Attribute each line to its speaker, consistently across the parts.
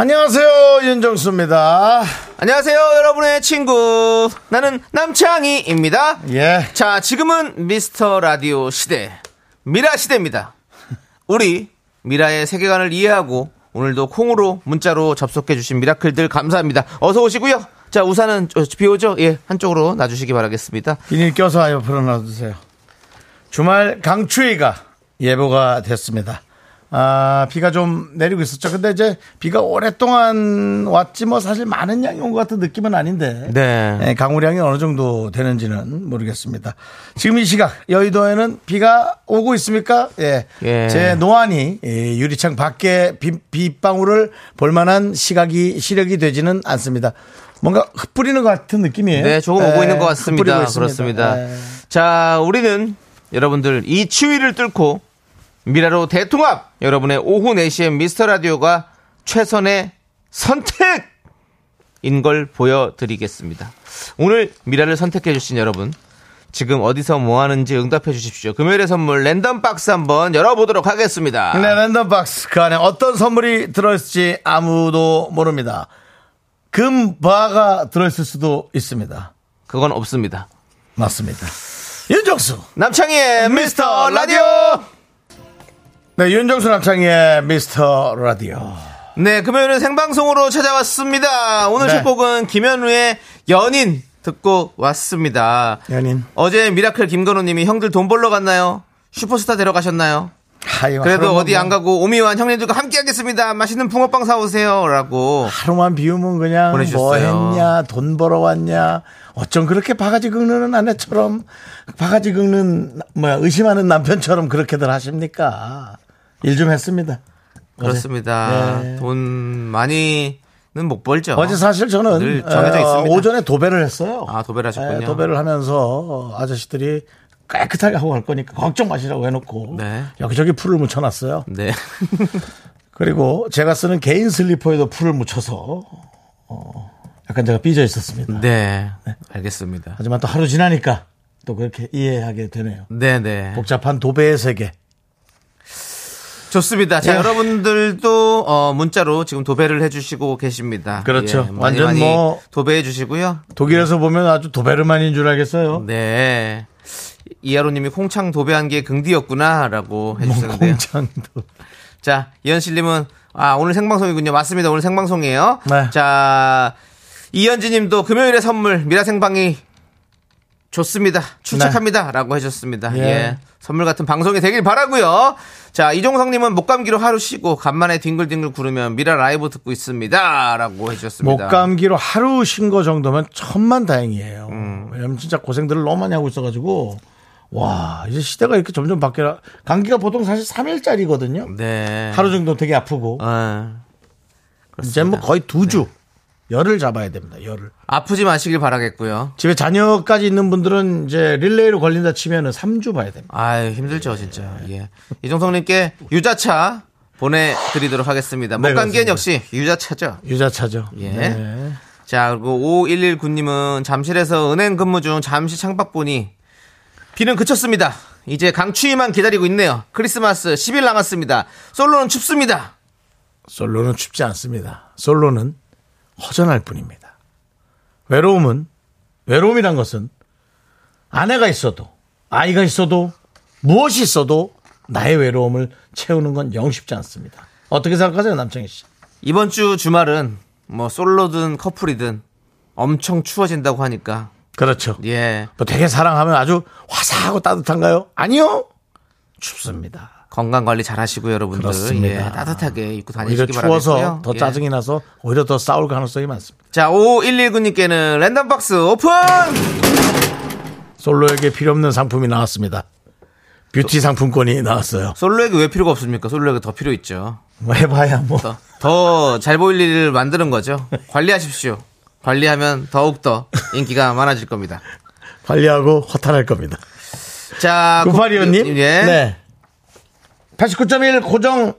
Speaker 1: 안녕하세요 윤정수입니다.
Speaker 2: 안녕하세요, 여러분의 친구. 나는 남창희입니다.
Speaker 1: 예.
Speaker 2: 자, 지금은 미스터 라디오 시대, 미라 시대입니다. 우리 미라의 세계관을 이해하고 오늘도 콩으로 문자로 접속해주신 미라클들 감사합니다. 어서 오시고요. 자, 우산은 저- 비 오죠? 예, 한쪽으로 놔주시기 바라겠습니다.
Speaker 1: 비닐 껴서 옆으로 놔두세요. 주말 강추위가 예보가 됐습니다. 아, 비가 좀 내리고 있었죠. 근데 이제 비가 오랫동안 왔지 뭐 사실 많은 양이 온 것 같은 느낌은 아닌데.
Speaker 2: 네.
Speaker 1: 예, 강우량이 어느 정도 되는지는 모르겠습니다. 지금 이 시각 여의도에는 비가 오고 있습니까? 예.
Speaker 2: 예.
Speaker 1: 제 노안이 예, 유리창 밖에 비, 빗방울을 볼 만한 시각이 시력이 되지는 않습니다. 뭔가 흩뿌리는 것 같은 느낌이에요.
Speaker 2: 네, 조금
Speaker 1: 예,
Speaker 2: 오고 있는 것
Speaker 1: 흩뿌리고
Speaker 2: 같습니다.
Speaker 1: 있습니다.
Speaker 2: 그렇습니다.
Speaker 1: 예.
Speaker 2: 자, 우리는 여러분들 이 추위를 뚫고 미라로 대통합 여러분의 오후 4시에 미스터 라디오가 최선의 선택인 걸 보여드리겠습니다. 오늘 미라를 선택해주신 여러분 지금 어디서 뭐 하는지 응답해 주십시오. 금요일의 선물 랜덤 박스 한번 열어보도록 하겠습니다.
Speaker 1: 네, 랜덤 박스 그 안에 어떤 선물이 들어있을지 아무도 모릅니다. 금바가 들어있을 수도 있습니다.
Speaker 2: 그건 없습니다.
Speaker 1: 맞습니다. 윤정수.
Speaker 2: 남창희의 미스터 라디오!
Speaker 1: 네, 윤정수 남창희의 미스터 라디오.
Speaker 2: 네, 금요일은 생방송으로 찾아왔습니다. 오늘
Speaker 1: 네.
Speaker 2: 첫 곡은 김현우의 연인 듣고 왔습니다.
Speaker 1: 연인.
Speaker 2: 어제 미라클 김건우 님이 형들 돈 벌러 갔나요? 슈퍼스타 데려가셨나요?
Speaker 1: 하여,
Speaker 2: 그래도
Speaker 1: 하루만
Speaker 2: 어디
Speaker 1: 뭐,
Speaker 2: 안 가고 오미완 형님들과 함께 하겠습니다. 맛있는 붕어빵 사오세요. 라고.
Speaker 1: 하루만 비우면 그냥 뭐
Speaker 2: 보내주셨어요.
Speaker 1: 했냐, 돈 벌어왔냐. 어쩜 그렇게 바가지 긁는 아내처럼, 바가지 긁는, 뭐야, 의심하는 남편처럼 그렇게들 하십니까? 일 좀 했습니다.
Speaker 2: 그렇습니다.
Speaker 1: 네.
Speaker 2: 돈 많이는 못 벌죠.
Speaker 1: 어제 사실 저는
Speaker 2: 늘 정해져
Speaker 1: 어,
Speaker 2: 있습니다.
Speaker 1: 오전에 도배를 했어요.
Speaker 2: 아, 도배를 하셨군요.
Speaker 1: 예, 도배를 하면서 아저씨들이 깨끗하게 하고 갈 거니까 걱정 마시라고 해놓고
Speaker 2: 네.
Speaker 1: 여기저기 풀을 묻혀놨어요.
Speaker 2: 네.
Speaker 1: 그리고 제가 쓰는 개인 슬리퍼에도 풀을 묻혀서 어, 약간 제가 삐져 있었습니다.
Speaker 2: 네. 알겠습니다.
Speaker 1: 하지만 또 하루 지나니까 또 그렇게 이해하게 되네요.
Speaker 2: 네, 네.
Speaker 1: 복잡한 도배의 세계.
Speaker 2: 좋습니다. 자,
Speaker 1: 예.
Speaker 2: 여러분들도 어, 문자로 지금 도배를 해주시고 계십니다. 예,
Speaker 1: 그렇죠.
Speaker 2: 많이
Speaker 1: 완전
Speaker 2: 많이
Speaker 1: 뭐-
Speaker 2: 도배해 주시고요.
Speaker 1: 독일에서 보면 아주 도베르만인 줄 알겠어요.
Speaker 2: 네. 이하로님이 콩창 도배한 게
Speaker 1: 뭐
Speaker 2: 긍디였구나라고 해주셨는데요.
Speaker 1: 공장도.
Speaker 2: 자, 이현실님은 아 오늘 생방송이군요. 맞습니다. 오늘 생방송이에요.
Speaker 1: 네.
Speaker 2: 자, 이현지님도 금요일의 선물 미라생방이 좋습니다. 출첵합니다라고 해줬습니다.
Speaker 1: 예.
Speaker 2: 예. 선물 같은 방송이 되길 바라고요. 자, 이종성님은 목감기로 하루 쉬고 간만에 뒹굴뒹굴 구르면 미라 라이브 듣고 있습니다라고 해주셨습니다.
Speaker 1: 목감기로 하루 쉰 거 정도면 천만 다행이에요.
Speaker 2: 음.
Speaker 1: 왜냐면 진짜 고생들을 너무 많이 하고 있어가지고 와 이제 시대가 이렇게 점점 바뀌라 감기가 보통 사실 3일짜리거든요.
Speaker 2: 네.
Speaker 1: 하루 정도 되게 아프고
Speaker 2: 어,
Speaker 1: 이제 뭐 거의 두
Speaker 2: 네.
Speaker 1: 주 열을 잡아야 됩니다. 열을
Speaker 2: 아프지 마시길 바라겠고요.
Speaker 1: 집에 자녀까지 있는 분들은 이제 릴레이로 걸린다 치면은 3주 봐야 됩니다.
Speaker 2: 아유 힘들죠 진짜. 예. 이종성님께 유자차 보내드리도록 하겠습니다.
Speaker 1: 네,
Speaker 2: 목감기엔
Speaker 1: 그렇습니다.
Speaker 2: 역시 유자차죠.
Speaker 1: 유자차죠.
Speaker 2: 예.
Speaker 1: 네.
Speaker 2: 자, 그리고 5119님은 잠실에서 은행 근무 중 잠시 창밖 보니 비는 그쳤습니다. 이제 강추위만 기다리고 있네요. 크리스마스 10일 남았습니다. 솔로는 춥습니다.
Speaker 1: 솔로는 춥지 않습니다. 솔로는 허전할 뿐입니다. 외로움은 외로움이란 것은 아내가 있어도 아이가 있어도 무엇이 있어도 나의 외로움을 채우는 건 영 쉽지 않습니다. 어떻게 생각하세요, 남창희 씨?
Speaker 2: 이번 주 주말은 뭐 솔로든 커플이든 엄청 추워진다고 하니까
Speaker 1: 그렇죠.
Speaker 2: 예
Speaker 1: 뭐 되게 사랑하면 아주 화사하고 따뜻한가요? 아니요. 춥습니다.
Speaker 2: 건강 관리 잘 하시고 여러분들
Speaker 1: 그렇습니다.
Speaker 2: 예, 따뜻하게 입고
Speaker 1: 오히려
Speaker 2: 다니시기
Speaker 1: 추워서
Speaker 2: 바라겠고요.
Speaker 1: 더
Speaker 2: 예.
Speaker 1: 짜증이 나서 오히려 더 싸울 가능성이 많습니다.
Speaker 2: 자 5119님께는 랜덤 박스 오픈
Speaker 1: 솔로에게 필요 없는 상품이 나왔습니다. 뷰티 상품권이 나왔어요.
Speaker 2: 솔로에게 왜 필요가 없습니까? 솔로에게 더 필요 있죠.
Speaker 1: 뭐 해봐야 뭐.
Speaker 2: 더 잘 보일 일을 만드는 거죠. 관리하십시오. 관리하면 더욱더 인기가 많아질 겁니다.
Speaker 1: 관리하고 허탈할 겁니다.
Speaker 2: 자,
Speaker 1: 구파리오님.
Speaker 2: 구- 아, 예.
Speaker 1: 네. 89.1 고정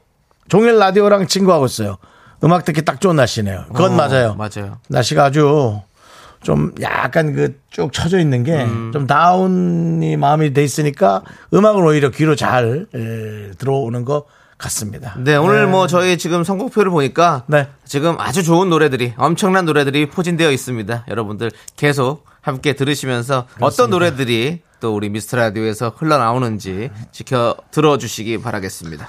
Speaker 1: 종일 라디오랑 친구하고 있어요. 음악 듣기 딱 좋은 날씨네요. 그건
Speaker 2: 어,
Speaker 1: 맞아요.
Speaker 2: 맞아요.
Speaker 1: 날씨가 아주 좀 약간 그 쭉 처져 있는 게
Speaker 2: 음.
Speaker 1: 좀 다운이 마음이 돼 있으니까 음악을 오히려 귀로 잘 에, 들어오는 것 같습니다.
Speaker 2: 네, 오늘 뭐 저희 지금 선곡표를 보니까
Speaker 1: 네.
Speaker 2: 지금 아주 좋은 노래들이 엄청난 노래들이 포진되어 있습니다. 여러분들 계속 함께 들으시면서 어떤 노래들이 또 우리 미스터 라디오에서 흘러나오는지 지켜 들어주시기 바라겠습니다.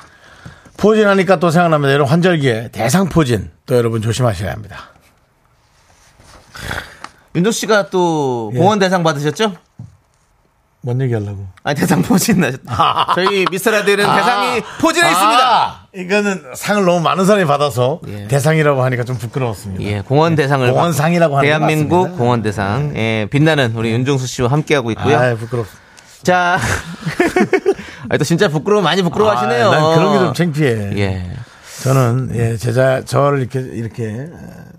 Speaker 1: 포진하니까 또 생각납니다. 여러분 환절기에 대상 포진 또 여러분 조심하셔야 합니다.
Speaker 2: 윤종 씨가
Speaker 1: 예.
Speaker 2: 또 봉원 대상 받으셨죠?
Speaker 1: 뭔 얘기하려고?
Speaker 2: 아니 대상 포진 나셨다. 저희 미스터 라디오는 대상이 포진해 있습니다.
Speaker 1: 아, 이거는 상을 너무 많은 사람이 받아서
Speaker 2: 예.
Speaker 1: 대상이라고 하니까 좀 부끄러웠습니다.
Speaker 2: 예, 공원 대상을
Speaker 1: 공원상이라고 하는 거
Speaker 2: 대한민국
Speaker 1: 맞습니다. 네.
Speaker 2: 공원 대상. 예, 빛나는 우리 윤종수 씨와 함께 하고 있고요.
Speaker 1: 아, 부끄럽.
Speaker 2: 자. 아니, 또 진짜 부끄러워, 많이 부끄러워하시네요.
Speaker 1: 아, 난 그런 게 좀 창피해.
Speaker 2: 예.
Speaker 1: 저는 예, 제자 저를 이렇게 이렇게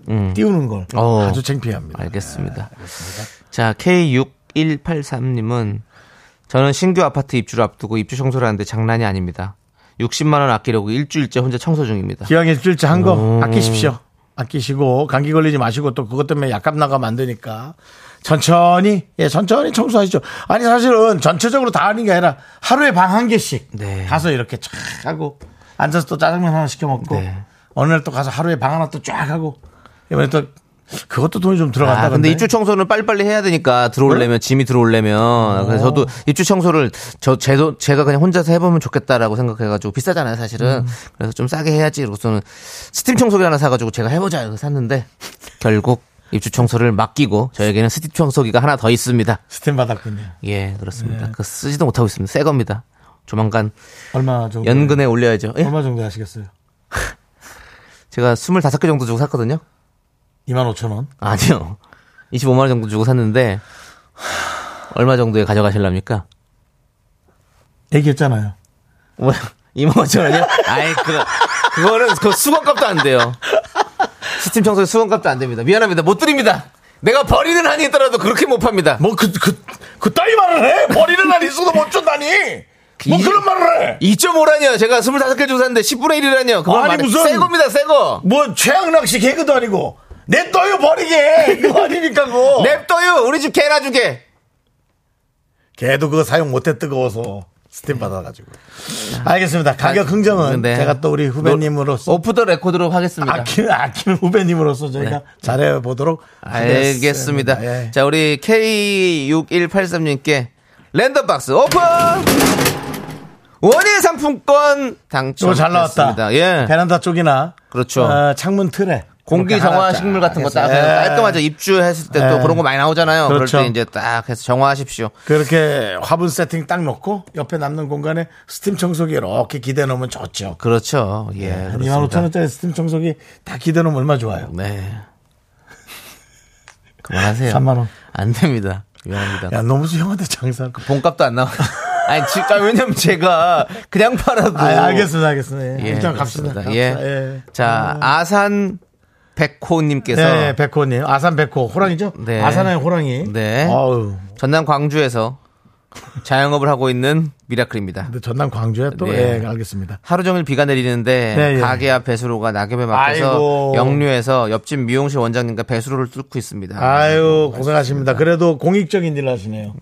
Speaker 1: 어, 띄우는 걸
Speaker 2: 어.
Speaker 1: 아주 창피합니다.
Speaker 2: 알겠습니다. 자, K6183님은 저는 신규 아파트 입주를 앞두고 입주 청소를 하는데 장난이 아닙니다. 60만원 아끼려고 일주일째 혼자 청소 중입니다.
Speaker 1: 기왕에 줄자 한 거 아끼십시오. 아끼시고 감기 걸리지 마시고 또 그것 때문에 약값 나가면 안 되니까 천천히 예 천천히 청소하시죠. 아니 사실은 전체적으로 다 하는 게 아니라 하루에 방 한 개씩
Speaker 2: 네.
Speaker 1: 가서 이렇게 쫙 하고 앉아서 또 짜장면 하나 시켜 먹고
Speaker 2: 네.
Speaker 1: 어느 날 또 가서 하루에 방 하나 또 쫙 하고 이번에 또 그것도 돈이 좀 들어간다.
Speaker 2: 아, 근데 입주 청소는 빨리빨리 해야 되니까 들어오려면 짐이 들어오려면 그래서 저도 입주 청소를 저 제도 제가 그냥 혼자서 해보면 좋겠다라고 생각해가지고 비싸잖아요 사실은
Speaker 1: 음.
Speaker 2: 그래서 좀 싸게 해야지 그래서는 스팀 청소기 하나 사가지고 제가 해보자 해서 샀는데 결국 입주 청소를 맡기고 저에게는 스팀 청소기가 하나 더 있습니다
Speaker 1: 스팀 받았군요.
Speaker 2: 예 그렇습니다
Speaker 1: 네.
Speaker 2: 그 쓰지도 못하고 있습니다 새 겁니다 조만간
Speaker 1: 얼마 정도?
Speaker 2: 연근에 올려야죠 예?
Speaker 1: 얼마 정도 네. 하시겠어요?
Speaker 2: 제가 25개 정도 주고 샀거든요
Speaker 1: 2만 5천 원.
Speaker 2: 아니요 25만 원 정도 주고 샀는데 얼마 정도에 가져가실랍니까?
Speaker 1: 얘기했잖아요.
Speaker 2: 뭐야? 2만 5천 원이요? 아이, 그, 그거는, 그 수건값도 안 돼요. 스팀 청소기 수건값도 안 됩니다. 미안합니다. 못 드립니다. 내가 버리는 한이 있더라도 그렇게 못 팝니다.
Speaker 1: 뭐 그 그 그 따위 말을 해 버리는 날 있어도 못 준다니. 뭐
Speaker 2: 이-
Speaker 1: 그런 말을 해.
Speaker 2: 2.5라니요. 제가 25개 주고 샀는데 10분의 1이라니요. 그건
Speaker 1: 아니,
Speaker 2: 말해.
Speaker 1: 무슨-
Speaker 2: 새 겁니다, 새 거.
Speaker 1: 뭐 최악낚시 개그도 아니고 내 떠요 버리게 해. 이거 아니니까 그거.
Speaker 2: 냅둬요. 우리 집 개나 주게.
Speaker 1: 걔도 그거 사용 못해 뜨거워서 스팀 받아가지고. 알겠습니다. 가격 흥정은
Speaker 2: 네.
Speaker 1: 제가 또 우리 후배님으로서
Speaker 2: 오프 더 레코드로 하겠습니다.
Speaker 1: 어, 아끼는 아끼는 후배님으로서 저희가 잘해 보도록 예.
Speaker 2: 알겠습니다. 자, 우리 K6183님께 랜덤 박스 오픈! 원예 상품권 당첨.
Speaker 1: 또잘 나왔다.
Speaker 2: 예.
Speaker 1: 베란다 쪽이나
Speaker 2: 그렇죠.
Speaker 1: 어, 창문 틀에
Speaker 2: 공기
Speaker 1: 그렇게
Speaker 2: 정화
Speaker 1: 하나
Speaker 2: 식물 같은 거 딱
Speaker 1: 알겠어요. 예.
Speaker 2: 깔끔하죠. 입주했을 때 또
Speaker 1: 예.
Speaker 2: 그런 거 많이 나오잖아요. 그럴
Speaker 1: 그렇죠.
Speaker 2: 때 이제 딱 해서 정화하십시오.
Speaker 1: 그렇게 화분 세팅 딱 놓고 옆에 남는 공간에 스팀 청소기 이렇게 기대 놓으면 좋죠.
Speaker 2: 그렇죠. 예.
Speaker 1: 한
Speaker 2: 그렇습니다.
Speaker 1: 2만 5천 원짜리 스팀 청소기 다 기대 놓으면 얼마 좋아요.
Speaker 2: 네. 그만하세요.
Speaker 1: 3만 원.
Speaker 2: 안 됩니다. 미안합니다.
Speaker 1: 야 너무 수 형한테 장사.
Speaker 2: 본값도 안 나와. 아니, 진짜 왜냐면 제가 그냥 팔아도.
Speaker 1: 아 알겠습니다, 알겠습니다. 예, 일단 갑시다.
Speaker 2: 그렇습니다.
Speaker 1: 갑시다.
Speaker 2: 예.
Speaker 1: 예.
Speaker 2: 자, 아산 백호님께서
Speaker 1: 네, 백호님, 아산 백호 호랑이죠?
Speaker 2: 네.
Speaker 1: 아산의 호랑이.
Speaker 2: 네.
Speaker 1: 어우,
Speaker 2: 전남 광주에서 자영업을 하고 있는 미라클입니다.
Speaker 1: 근데 전남 광주에 또
Speaker 2: 네.
Speaker 1: 예, 알겠습니다.
Speaker 2: 하루 종일 비가 내리는데
Speaker 1: 네, 예.
Speaker 2: 가게 앞 배수로가 낙엽에 막혀서
Speaker 1: 아이고.
Speaker 2: 역류해서 옆집 미용실 원장님과 배수로를 뚫고 있습니다.
Speaker 1: 아유 고생하십니다. 그래도 공익적인 일을 하시네요.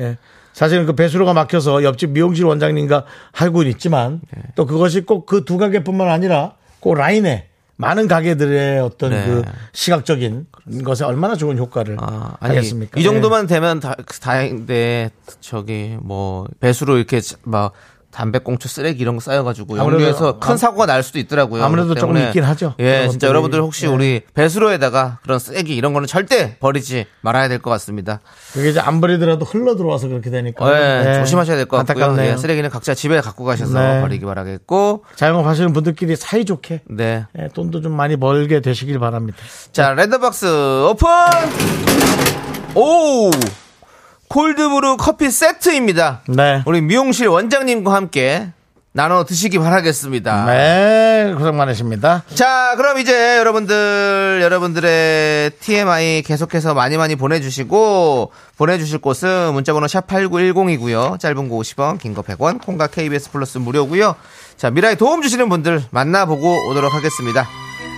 Speaker 1: 예. 사실은 그 배수로가 막혀서 옆집 미용실 원장님과 하고는 있지만
Speaker 2: 네.
Speaker 1: 또 그것이 꼭 그 두 가게뿐만 아니라 꼭 라인에 많은 가게들의 어떤
Speaker 2: 네.
Speaker 1: 그 시각적인 것에 얼마나 좋은 효과를
Speaker 2: 아, 아니,
Speaker 1: 하겠습니까? 예.
Speaker 2: 이 정도만 되면 다, 다행인데 저기 뭐 배수로 이렇게 막 담배꽁초 쓰레기 이런 거 쌓여가지고
Speaker 1: 아무래도-
Speaker 2: 역류해서 큰
Speaker 1: 아무-
Speaker 2: 사고가 날 수도 있더라고요.
Speaker 1: 아무래도
Speaker 2: 그렇기
Speaker 1: 조금
Speaker 2: 때문에
Speaker 1: 있긴 하죠.
Speaker 2: 예,
Speaker 1: 그런
Speaker 2: 진짜
Speaker 1: 것들이.
Speaker 2: 여러분들 혹시
Speaker 1: 예.
Speaker 2: 우리 배수로에다가 그런 쓰레기 이런 거는 절대 버리지 말아야 될 것 같습니다.
Speaker 1: 예. 그게 이제 안 버리더라도 흘러 들어와서 그렇게 되니까
Speaker 2: 예,
Speaker 1: 예.
Speaker 2: 조심하셔야 될 것 같고요.
Speaker 1: 안타깝네요.
Speaker 2: 예, 쓰레기는 각자 집에 갖고 가셔서
Speaker 1: 네.
Speaker 2: 버리기 바라겠고,
Speaker 1: 자영업 하시는 분들끼리 사이좋게
Speaker 2: 네,
Speaker 1: 예, 돈도 좀 많이 벌게 되시길 바랍니다.
Speaker 2: 자, 랜덤박스 오픈! 오! 콜드브루 커피 세트입니다.
Speaker 1: 네.
Speaker 2: 우리 미용실 원장님과 함께 나눠 드시기 바라겠습니다.
Speaker 1: 네, 고생 많으십니다.
Speaker 2: 자, 그럼 이제 여러분들, 여러분들의 TMI 계속해서 많이 많이 보내주시고, 보내주실 곳은 문자번호 샵8910이고요. 짧은 거 50원, 긴 거 100원, 콩과 KBS 플러스 무료고요. 자, 미라에 도움 주시는 분들 만나보고 오도록 하겠습니다.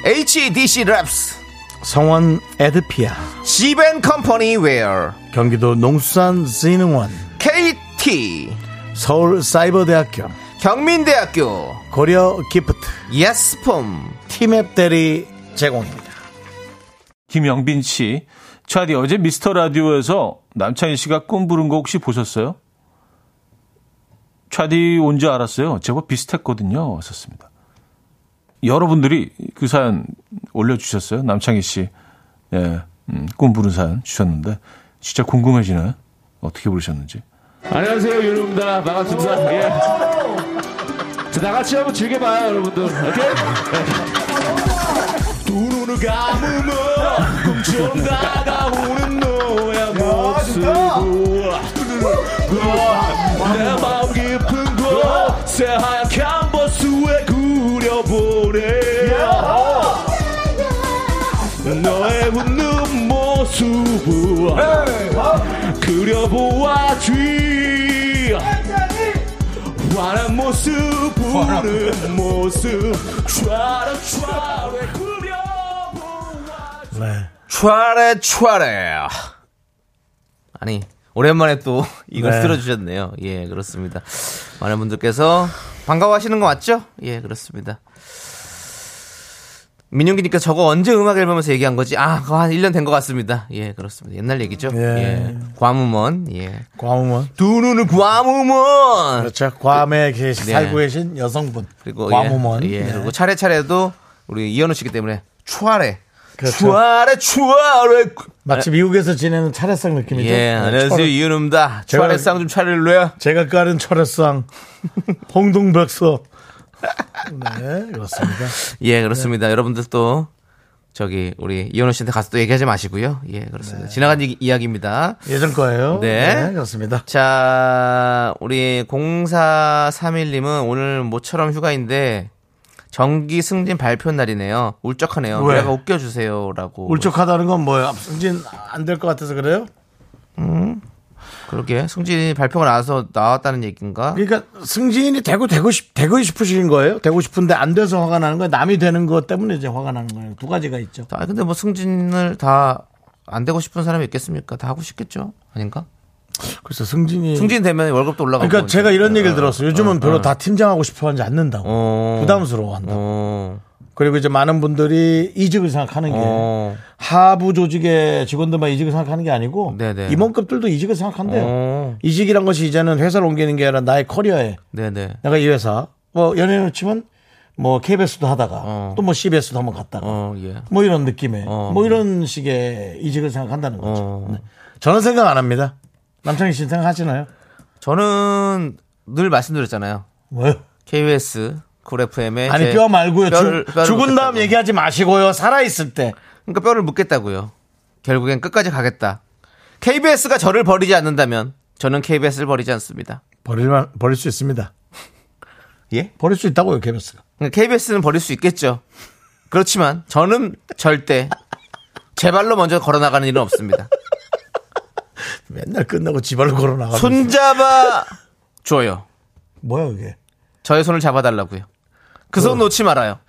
Speaker 2: E HDC 랩스,
Speaker 1: 성원 에드피아,
Speaker 2: 지벤 컴퍼니 웨어,
Speaker 1: 경기도 농수산진흥원,
Speaker 2: KT,
Speaker 1: 서울사이버대학교,
Speaker 2: 경민대학교,
Speaker 1: 고려 기프트,
Speaker 2: 예스폼,
Speaker 1: 티맵 대리 제공입니다.
Speaker 3: 김영빈 씨. 차디 어제 미스터 라디오에서 남창희 씨가 꿈 부른 거 혹시 보셨어요? 차디 온 줄 알았어요. 제법 비슷했거든요. 썼습니다. 여러분들이 그 사연 올려주셨어요. 남창희 씨. 예, 음, 꿈 부른 사연 주셨는데. 진짜 궁금해지네. 어떻게 부르셨는지.
Speaker 4: 안녕하세요 유루입니다 반갑습니다 예. 자, 다 같이 한번 즐겨봐요 여러분들 오케이? 눈을 감으면 꿈처럼 다가오는 너의 모습내 마음 깊은 곳 새하얗게 한 버스에 그려보네 너의 웃는 모습 그려보아지 환한 모습 부른 모습 촤르촤르 그려보아지
Speaker 1: 네.
Speaker 2: 추아레 추아레 아니 오랜만에 또 이걸
Speaker 1: 네.
Speaker 2: 들어주셨네요 예 그렇습니다 많은 분들께서 반가워하시는 거 맞죠 예 그렇습니다 민용기니까 저거 언제 음악 앨범에서 얘기한 거지 아 그거 한 1년 된 것 같습니다 예 그렇습니다 옛날 얘기죠
Speaker 1: 예.
Speaker 2: 예, 과무먼 예
Speaker 1: 과음은
Speaker 2: 두 눈을 과무먼
Speaker 1: 그렇죠. 괌에 계신,
Speaker 2: 네.
Speaker 1: 살고 계신 여성분.
Speaker 2: 그리고
Speaker 1: 과무먼.
Speaker 2: 예, 예,
Speaker 1: 네.
Speaker 2: 그리고 차례차례도 우리 이현우 씨기 때문에 추아레
Speaker 1: 그렇죠.
Speaker 2: 추아레 추아레
Speaker 1: 마치 미국에서 지내는 차례상 느낌이죠. 네,
Speaker 2: 예, 안녕하세요.
Speaker 1: 철-
Speaker 2: 이은우입니다.
Speaker 1: 제가-
Speaker 2: 초아래상 좀 차릴래요?
Speaker 1: 제가 깔은 철회상 홍동백서. 네, 그렇습니다.
Speaker 2: 예, 그렇습니다. 여러분들 또, 저기, 우리 이현우 씨한테 가서 또 얘기하지 마시고요. 예, 그렇습니다.
Speaker 1: 네.
Speaker 2: 지나간 이, 야기입니다
Speaker 1: 예전 거예요.
Speaker 2: 네.
Speaker 1: 그렇습니다.
Speaker 2: 자, 우리 0431님은 오늘 모처럼 휴가인데, 정기 승진 발표 날이네요. 울적하네요.
Speaker 1: 왜?
Speaker 2: 내가 웃겨주세요. 라고.
Speaker 1: 울적하다는 건 뭐예요? 승진 안 될 것 같아서 그래요?
Speaker 2: 그러게. 승진 발표가 나와서 나왔다는 얘기인가?
Speaker 1: 그러니까 승진이 되고 되고 싶 되고 싶으신 거예요? 되고 싶은데 안 돼서 화가 나는 거예요? 남이 되는 것 때문에 이제 화가 나는 거예요. 두 가지가 있죠.
Speaker 2: 아, 근데 뭐 승진을 다 안 되고 싶은 사람이 있겠습니까? 다 하고 싶겠죠? 아닌가?
Speaker 1: 그래서 승진이
Speaker 2: 승진 되면 월급도 올라가고.
Speaker 1: 그러니까 제가 이런
Speaker 2: 이제.
Speaker 1: 얘기를 들었어요. 요즘은 별로 다 팀장하고 싶어하지 않는다고.
Speaker 2: 어.
Speaker 1: 부담스러워한다.
Speaker 2: 어.
Speaker 1: 그리고 이제 많은 분들이 이직을 생각하는 게
Speaker 2: 어.
Speaker 1: 하부 조직의 직원들만 이직을 생각하는 게 아니고
Speaker 2: 네네.
Speaker 1: 임원급들도 이직을 생각한대요.
Speaker 2: 어.
Speaker 1: 이직이란 것이 이제는 회사를 옮기는 게 아니라 나의 커리어에
Speaker 2: 네네.
Speaker 1: 내가 이 회사 뭐 연예인으로 치면 뭐 KBS도 하다가
Speaker 2: 어.
Speaker 1: 또 뭐 CBS도 한번 갔다가
Speaker 2: 어, 예.
Speaker 1: 뭐 이런 느낌의
Speaker 2: 어.
Speaker 1: 뭐 이런 식의 이직을 생각한다는 거죠.
Speaker 2: 어.
Speaker 1: 네. 저는 생각 안 합니다. 남창희 씨는 생각하시나요?
Speaker 2: 저는 늘 말씀드렸잖아요.
Speaker 1: 뭐요?
Speaker 2: KBS 쿨 FM에
Speaker 1: 아니 뼈 말고요. 죽- 죽은 다음
Speaker 2: 묻겠다고.
Speaker 1: 얘기하지 마시고요. 살아 있을 때.
Speaker 2: 그러니까 뼈를 묻겠다고요. 결국엔 끝까지 가겠다. KBS가 저를 버리지 않는다면 저는 KBS를 버리지 않습니다.
Speaker 1: 버릴만 버릴 수 있습니다.
Speaker 2: 예?
Speaker 1: 버릴 수 있다고요, KBS가.
Speaker 2: KBS는 그러니까 버릴 수 있겠죠. 그렇지만 저는 절대 제 발로 먼저 걸어 나가는 일은 없습니다.
Speaker 1: 맨날 끝나고 지발로 걸어 나가. 손
Speaker 2: 손잡아 줘요.
Speaker 1: 뭐야 그게?
Speaker 2: 저의 손을 잡아달라고요. 그 손 놓지 말아요.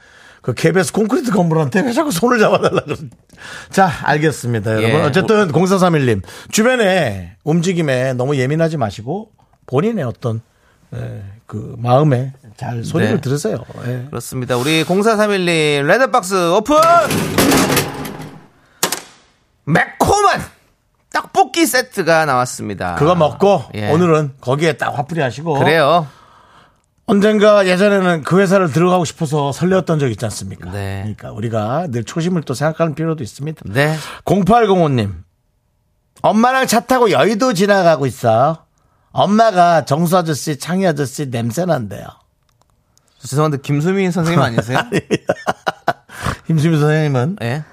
Speaker 1: 그 KBS 콘크리트 건물한테 왜 자꾸 손을 잡아달라 그러 자, 알겠습니다,
Speaker 2: 예.
Speaker 1: 여러분. 어쨌든 0431님 주변에 움직임에 너무 예민하지 마시고 본인의 어떤 에, 그 마음에 잘 소리를
Speaker 2: 네.
Speaker 1: 들으세요. 예.
Speaker 2: 그렇습니다. 우리 0431님 레드박스 오픈! 매콤한 떡볶이 세트가 나왔습니다.
Speaker 1: 그거 먹고
Speaker 2: 예.
Speaker 1: 오늘은 거기에 딱 화풀이 하시고
Speaker 2: 그래요.
Speaker 1: 언젠가 예전에는 그 회사를 들어가고 싶어서 설레었던 적 있지 않습니까?
Speaker 2: 네.
Speaker 1: 그러니까 우리가 늘 초심을 또 생각하는 필요도 있습니다.
Speaker 2: 네.
Speaker 1: 0805님. 엄마랑 차 타고 여의도 지나가고 있어. 엄마가 정수 아저씨, 창희 아저씨 냄새 난대요.
Speaker 2: 죄송한데 김수민 선생님 아니세요?
Speaker 1: 김수미 선생님은
Speaker 2: 예.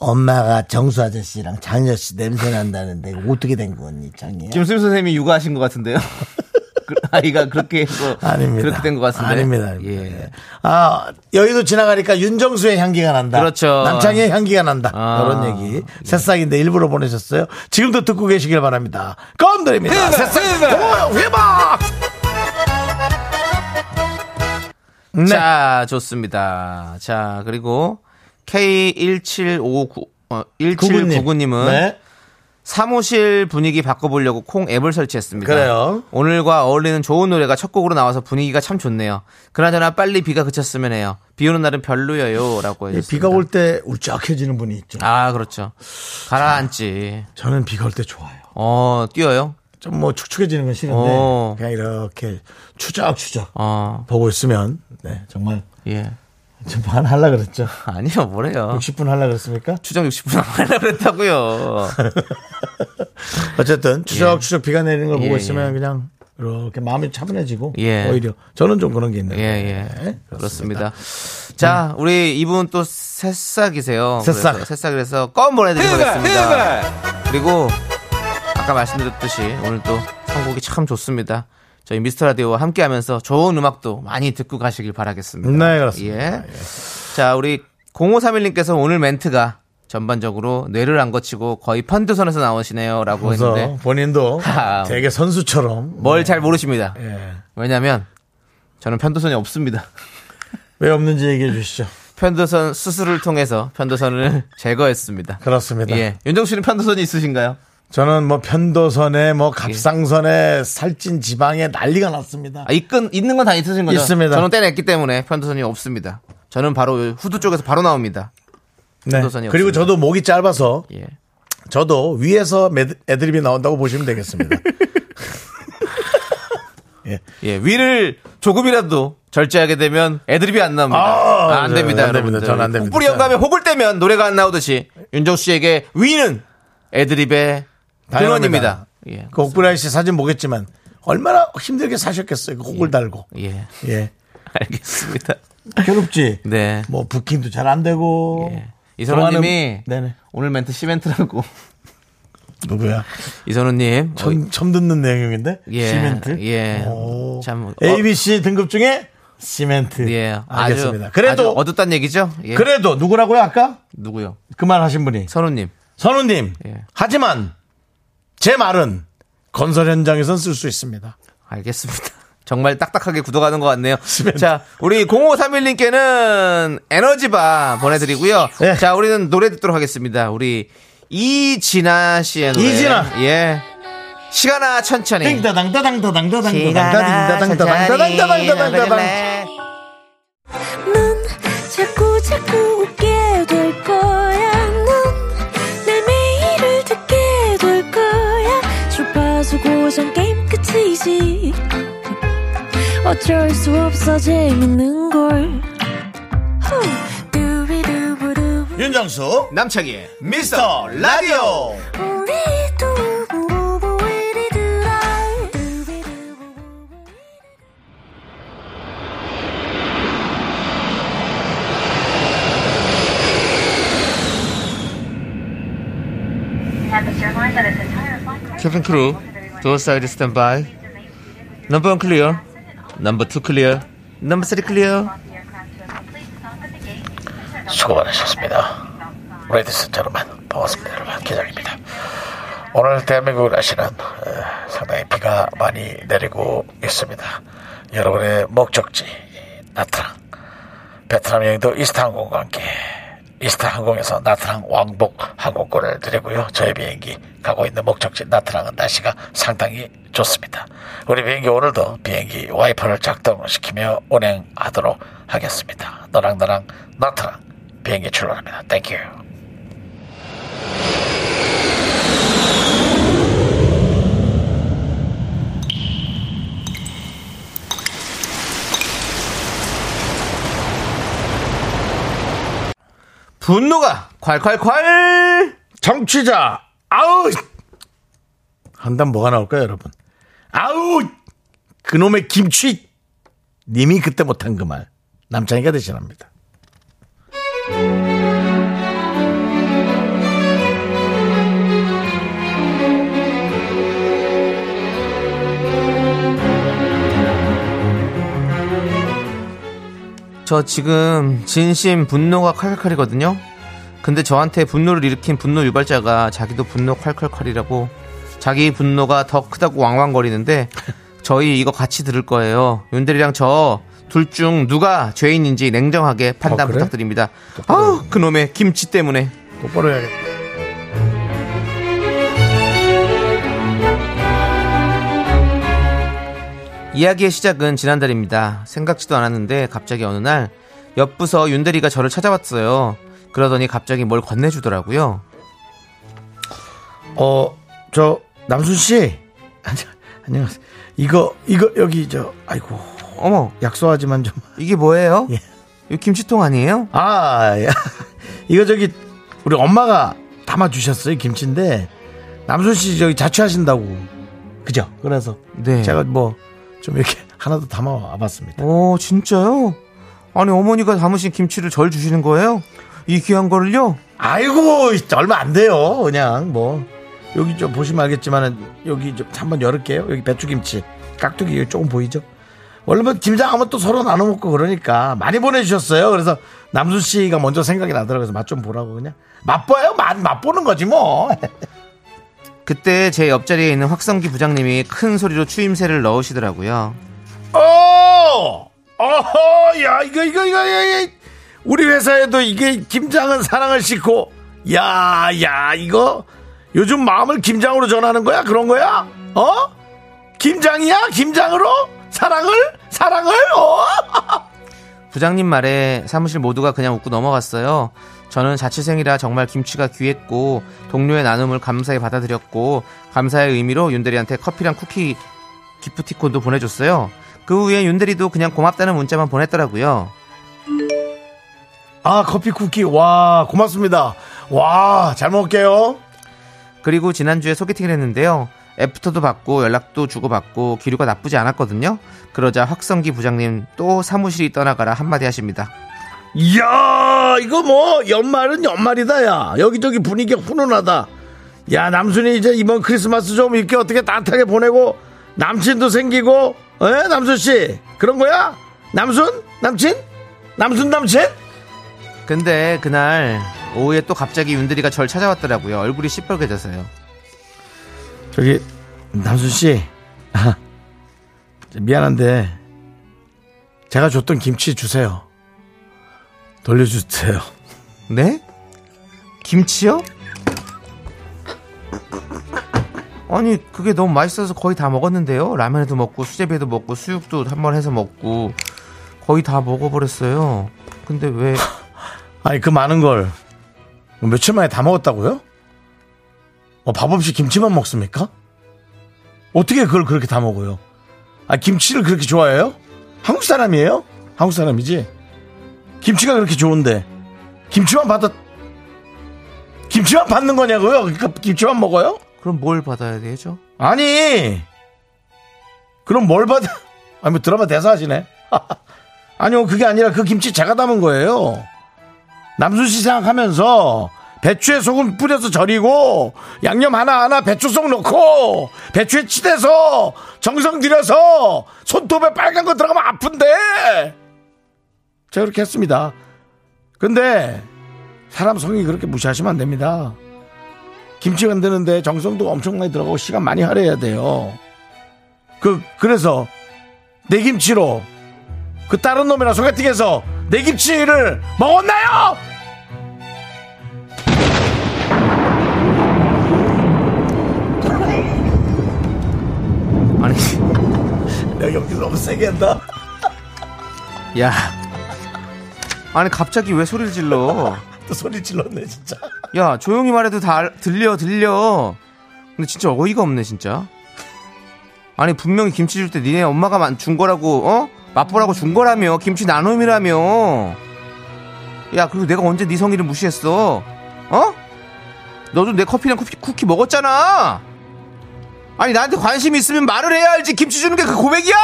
Speaker 1: 엄마가 정수 아저씨랑 장녀 씨 냄새 난다는데 이거 어떻게 된 거니 장녀?
Speaker 2: 김수임 선생님이 육아하신 것 같은데요. 그 아이가 그렇게 해서
Speaker 1: 아닙니다.
Speaker 2: 그렇게 된 것 같습니다.
Speaker 1: 아닙니다. 아닙니다.
Speaker 2: 예.
Speaker 1: 아 여의도 지나가니까 윤정수의 향기가 난다.
Speaker 2: 그렇죠.
Speaker 1: 남창의 향기가 난다.
Speaker 2: 아.
Speaker 1: 이런 얘기. 새싹인데 일부러 보내셨어요. 지금도 듣고 계시길 바랍니다.
Speaker 2: 아,
Speaker 1: 건드립니다. 새싹. 고마워요. 휘박. 네.
Speaker 2: 자, 좋습니다. 자, 그리고 K1759 어, 1799님은
Speaker 1: 네.
Speaker 2: 사무실 분위기 바꿔보려고 콩 앱을 설치했습니다.
Speaker 1: 그래요.
Speaker 2: 오늘과 어울리는 좋은 노래가 첫 곡으로 나와서 분위기가 참 좋네요. 그나저나 빨리 비가 그쳤으면 해요. 비 오는 날은 별로예요. 라고
Speaker 1: 예,
Speaker 2: 해주셨습니다.
Speaker 1: 비가 올 때 울적해지는 분이 있죠.
Speaker 2: 아, 그렇죠. 가라앉지.
Speaker 1: 저는 비가 올 때 좋아요.
Speaker 2: 어, 뛰어요.
Speaker 1: 좀 뭐 축축해지는 건 싫은데
Speaker 2: 어.
Speaker 1: 그냥 이렇게 추적추적
Speaker 2: 어,
Speaker 1: 보고 있으면 네, 정말
Speaker 2: 예.
Speaker 1: 좀반 할라 그랬죠.
Speaker 2: 아니요, 뭐래요.
Speaker 1: 60분 할라 그랬습니까?
Speaker 2: 추정 60분 안 하려고 그랬다고요.
Speaker 1: 어쨌든 추적추적 비가 내리는 걸
Speaker 2: 예,
Speaker 1: 보고
Speaker 2: 예.
Speaker 1: 있으면 그냥 이렇게 마음이 차분해지고
Speaker 2: 예.
Speaker 1: 오히려 저는 좀 그런 게 있는
Speaker 2: 예, 예.
Speaker 1: 네,
Speaker 2: 그렇습니다. 자, 우리 이분 또 새싹이세요.
Speaker 1: 새싹.
Speaker 2: 그래서 새싹이라서 껌 보내드리고 그랬습니다. 그리고 아까 말씀드렸듯이 오늘 또 선곡이 참 좋습니다. 저희 미스터 라디오와 함께 하면서 좋은 음악도 많이 듣고 가시길 바라겠습니다.
Speaker 1: 네, 그렇습니다.
Speaker 2: 예. 자, 우리 0531님께서 오늘 멘트가 전반적으로 뇌를 안 거치고 거의 편두선에서 나오시네요. 라고
Speaker 1: 그래서
Speaker 2: 했는데
Speaker 1: 본인도
Speaker 2: 아.
Speaker 1: 되게 선수처럼
Speaker 2: 뭘 잘 모르십니다.
Speaker 1: 예.
Speaker 2: 왜냐면 하 저는 편두선이 없습니다.
Speaker 1: 왜 없는지 얘기해 주시죠.
Speaker 2: 편도선 수술을 통해서 편도선을 제거했습니다.
Speaker 1: 그렇습니다.
Speaker 2: 예. 윤정 씨는 편도선이 있으신가요?
Speaker 1: 저는 뭐 편도선에
Speaker 2: 예.
Speaker 1: 뭐 갑상선에 살찐 지방에 난리가 났습니다.
Speaker 2: 아, 있건, 있는 건 다 있으신 거죠?
Speaker 1: 있습니다.
Speaker 2: 저는 떼냈기 때문에 편도선이 없습니다. 저는 바로 요 후두 쪽에서 바로 나옵니다.
Speaker 1: 네.
Speaker 2: 편도선이
Speaker 1: 그리고
Speaker 2: 없습니다.
Speaker 1: 저도 목이 짧아서
Speaker 2: 예.
Speaker 1: 저도 위에서 매드- 애드립이 나온다고 보시면 되겠습니다.
Speaker 2: 예. 위를 조금이라도 절제하게 되면 애드립이 안 나옵니다.
Speaker 1: 아,
Speaker 2: 안
Speaker 1: 저는
Speaker 2: 됩니다.
Speaker 1: 안 됩니다. 저는 안 됩니다.
Speaker 2: 뿌리 영감에 혹을 떼면 노래가 안 나오듯이 윤정 씨에게 위는 애드립의 근원입니다.
Speaker 1: 당연합니다.
Speaker 2: 예.
Speaker 1: 그 옥브라이 씨 사진 보겠지만 얼마나 힘들게 사셨겠어요. 그 혹을 달고.
Speaker 2: 예.
Speaker 1: 예.
Speaker 2: 알겠습니다.
Speaker 1: 어. 괴롭지.
Speaker 2: 네.
Speaker 1: 뭐 부킹도 잘 안 되고.
Speaker 2: 예. 이선호님이
Speaker 1: 좋아하는- 네네.
Speaker 2: 오늘 멘트 시멘트라고
Speaker 1: 누구야?
Speaker 2: 이선호님 어,
Speaker 1: 처음, 처음 듣는 내용인데.
Speaker 2: 예,
Speaker 1: 시멘트.
Speaker 2: 예.
Speaker 1: 오.
Speaker 2: 참, 어.
Speaker 1: ABC 등급 중에 시멘트.
Speaker 2: 예
Speaker 1: 알겠습니다.
Speaker 2: 아주,
Speaker 1: 그래도
Speaker 2: 아주 어둡단 얘기죠 예.
Speaker 1: 그래도 누구라고요 아까?
Speaker 2: 누구요
Speaker 1: 그 말 하신 분이.
Speaker 2: 선우님
Speaker 1: 선우님.
Speaker 2: 예.
Speaker 1: 하지만 제 말은 건설 현장에선 쓸 수 있습니다.
Speaker 2: 알겠습니다 정말 딱딱하게 굳어가는 것 같네요
Speaker 1: 시멘트.
Speaker 2: 자 우리 0531님께는 에너지바 보내드리고요
Speaker 1: 예.
Speaker 2: 자 우리는 노래 듣도록 하겠습니다 우리 이진아 씨의 노래
Speaker 1: 이진아.
Speaker 2: 예 시간아 천천히
Speaker 1: 땡따당 따당 따당 따당
Speaker 2: 시간아
Speaker 1: 따당 따당 따당
Speaker 2: 천천히
Speaker 1: 따당 따당 따당
Speaker 2: 노래할래.
Speaker 5: 넌 자꾸 자꾸 웃게 될 거야. 넌내 매일을 듣게 될 거야. 주파수 고정 게임 끝이지. 어쩔 수 없어 재밌는 걸. 후. 두비두부두.
Speaker 1: 윤정수
Speaker 2: 남창희의 미스터 라디오
Speaker 5: 우리 두부부부 우리 두라. 두비두부부부.
Speaker 2: 캡틴 크루 도어 사이드 스탠바이 넘버 1 클리어 넘버 2 클리어 넘버 3 클리어
Speaker 1: 수고 많으셨습니다. 레디슨 여러분, 반갑습니다. 여러분, 기장입니다. 오늘 대한민국 날씨는 어, 상당히 비가 많이 내리고 있습니다. 여러분의 목적지 나트랑 베트남 여행도 이스타 항공과 함께 이스타 항공에서 나트랑 왕복 항공권을 드리고요. 저희 비행기 가고 있는 목적지 나트랑은 날씨가 상당히 좋습니다. 우리 비행기 오늘도 비행기 와이퍼를 작동시키며 운행하도록 하겠습니다. 너랑 나랑 나트랑 비행기 출발합니다. 땡큐.
Speaker 2: 분노가 콸콸콸
Speaker 1: 정취자 아웃 한단 뭐가 나올까요 여러분 아웃 그놈의 김치 님이 그때 못한 그 말 남창이가 대신합니다
Speaker 2: 저 지금 진심 분노가 칼칼칼이거든요. 근데 저한테 분노를 일으킨 분노 유발자가 자기도 분노 칼칼칼이라고 자기 분노가 더 크다고 왕왕거리는데 저희 이거 같이 들을 거예요. 윤대리랑 저 둘 중 누가 죄인인지 냉정하게 판단
Speaker 1: 아, 그래?
Speaker 2: 부탁드립니다. 아우 그놈의 김치 때문에
Speaker 1: 똑바로 해야겠다.
Speaker 2: 이야기의 시작은 지난달입니다. 생각지도 않았는데 갑자기 어느 날 옆부서 윤대리가 저를 찾아왔어요. 그러더니 갑자기 뭘 건네주더라고요.
Speaker 1: 어, 저, 남순 씨. 안녕- 안녕하세요. 이거, 이거, 여기, 저, 아이고.
Speaker 2: 어머
Speaker 1: 약소하지만 좀.
Speaker 2: 이게 뭐예요?
Speaker 1: 예.
Speaker 2: 이 김치통 아니에요?
Speaker 1: 아, 야. 이거 저기, 우리 엄마가 담아주셨어요, 김치인데. 남순 씨 저기 자취하신다고. 그죠? 그래서.
Speaker 2: 네.
Speaker 1: 제가 뭐 좀 이렇게 하나 더 담아와봤습니다.
Speaker 2: 오 진짜요? 아니 어머니가 담으신 김치를 절 주시는 거예요? 이 귀한 거를요?
Speaker 1: 아이고 진짜 얼마 안 돼요 그냥 뭐 여기 좀 보시면 알겠지만 여기 좀 한번 열을게요 여기 배추김치 깍두기 여기 조금 보이죠 원래 뭐 김장하면 또 서로 나눠 먹고 그러니까 많이 보내주셨어요 그래서 남순 씨가 먼저 생각이 나더라고요 그래서 맛 좀 보라고 그냥 맛봐요 맛 맛보는 거지 뭐
Speaker 2: 그때 제 옆자리에 있는 확성기 부장님이 큰 소리로 추임새를 넣으시더라고요.
Speaker 1: 어! 어허! 야, 이거, 이거, 이거, 이거, 이거. 우리 회사에도 이게 김장은 사랑을 싣고, 야, 야, 이거, 요즘 마음을 김장으로 전하는 거야? 그런 거야? 어? 김장이야? 김장으로? 사랑을? 사랑을? 어?
Speaker 2: 부장님 말에 사무실 모두가 그냥 웃고 넘어갔어요. 저는 자취생이라 정말 김치가 귀했고 동료의 나눔을 감사히 받아들였고 감사의 의미로 윤대리한테 커피랑 쿠키 기프티콘도 보내줬어요. 그 후에 윤대리도 그냥 고맙다는 문자만 보냈더라고요.
Speaker 1: 아, 커피 쿠키. 와, 고맙습니다. 와, 잘 먹을게요.
Speaker 2: 그리고 지난주에 소개팅을 했는데요. 애프터도 받고 연락도 주고받고 기류가 나쁘지 않았거든요. 그러자 확성기 부장님 또 사무실이 떠나가라 한마디 하십니다.
Speaker 1: 이야 이거 뭐 연말은 연말이다 야 여기저기 분위기 가 훈훈하다 야 남순이 이제 이번 크리스마스 좀 이렇게 어떻게 따뜻하게 보내고 남친도 생기고 에 남순씨 그런 거야 남순 남친 남순 남친
Speaker 2: 근데 그날 오후에 또 갑자기 윤대리가 절 찾아왔더라고요. 얼굴이 시뻘개져서요.
Speaker 1: 저기 남순씨 아, 미안한데 제가 줬던 김치 주세요 돌려주세요
Speaker 2: 네? 김치요? 아니 그게 너무 맛있어서 거의 다 먹었는데요. 라면에도 먹고 수제비에도 먹고 수육도 한 번 해서 먹고 거의 다 먹어버렸어요. 근데 왜?
Speaker 1: 아니 그 많은 걸 며칠 만에 다 먹었다고요? 어, 밥 없이 김치만 먹습니까? 어떻게 그걸 그렇게 다 먹어요? 아 김치를 그렇게 좋아해요? 한국 사람이에요? 한국 사람이지? 김치가 그렇게 좋은데 김치만 받아 김치만 받는 거냐고요? 그러니까 김치만 먹어요?
Speaker 2: 그럼 뭘 받아야 되죠?
Speaker 1: 아니 그럼 뭘 받아? 아니 뭐 드라마 대사하시네. 아니요 그게 아니라 그 김치 제가 담은 거예요. 남순 씨 생각하면서 배추에 소금 뿌려서 절이고 양념 하나 하나 배추속 넣고 배추에 치대서 정성 들여서 손톱에 빨간 거 들어가면 아픈데 제가 그렇게 했습니다. 근데 사람 성이 그렇게 무시하시면 안 됩니다. 김치 만드는데 정성도 엄청나게 들어가고 시간 많이 할애해야 돼요. 그 그래서 내 김치로 그 다른 놈이랑 소개팅해서 내 김치를 먹었나요?
Speaker 2: 아니
Speaker 1: 내가 여기서 너무 세게 한다.
Speaker 2: 야 아니 갑자기 왜 소리를 질러?
Speaker 1: 또 소리 질렀네 진짜.
Speaker 2: 야 조용히 말해도 다 알- 들려 들려 근데 진짜 어이가 없네 진짜 아니 분명히 김치 줄 때 니네 엄마가 만- 준 거라고 어 맛보라고 준 거라며 김치 나눔이라며 야 그리고 내가 언제 네 성의를 무시했어 어 너도 내 커피랑 쿠키, 쿠키 먹었잖아 아니 나한테 관심 이 있으면 말을 해야 알지 김치 주는 게 그 고백이야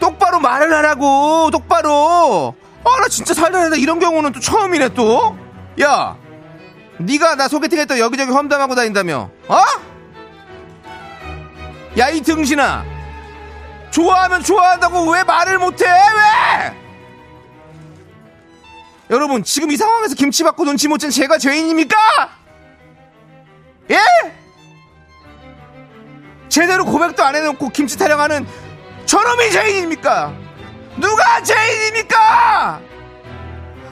Speaker 2: 똑바로 말을 하라고 똑바로 아 나 진짜 살려야 이런 경우는 또 처음이네 또야 네가 나 소개팅했다 여기저기 험담하고 다닌다며 어? 야 이 등신아 좋아하면 좋아한다고 왜 말을 못해? 왜? 여러분, 지금 이 상황에서 김치 받고 눈치 못 챈 제가 죄인입니까? 예? 제대로 고백도 안 해놓고 김치 타령하는 저놈이 죄인입니까? 누가 죄인입니까?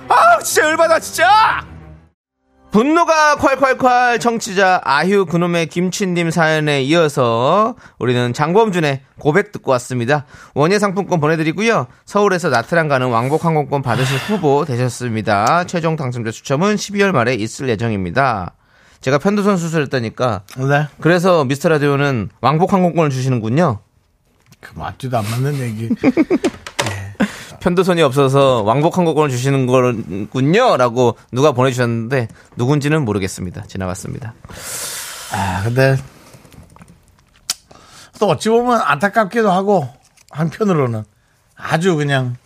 Speaker 2: 아, 진짜 열받아, 진짜! 분노가 콸콸콸 청취자 아휴 그놈의 김치님 사연에 이어서 우리는 장범준의 고백 듣고 왔습니다. 원예 상품권 보내드리고요. 서울에서 나트랑 가는 왕복 항공권 받으실 후보 되셨습니다. 최종 당첨자 추첨은 12월 말에 있을 예정입니다. 제가 편도선 수술했다니까
Speaker 1: 네.
Speaker 2: 그래서 미스터 라디오는 왕복 항공권을 주시는군요.
Speaker 1: 그 맞지도 안 맞는 얘기.
Speaker 2: 편도선이 없어서 왕복 항공권을 주시는 거군요라고 누가 보내주셨는데 누군지는 모르겠습니다. 지나갔습니다.
Speaker 1: 아, 근데 또 어찌 보면 안타깝기도 하고 한편으로는 아주 그냥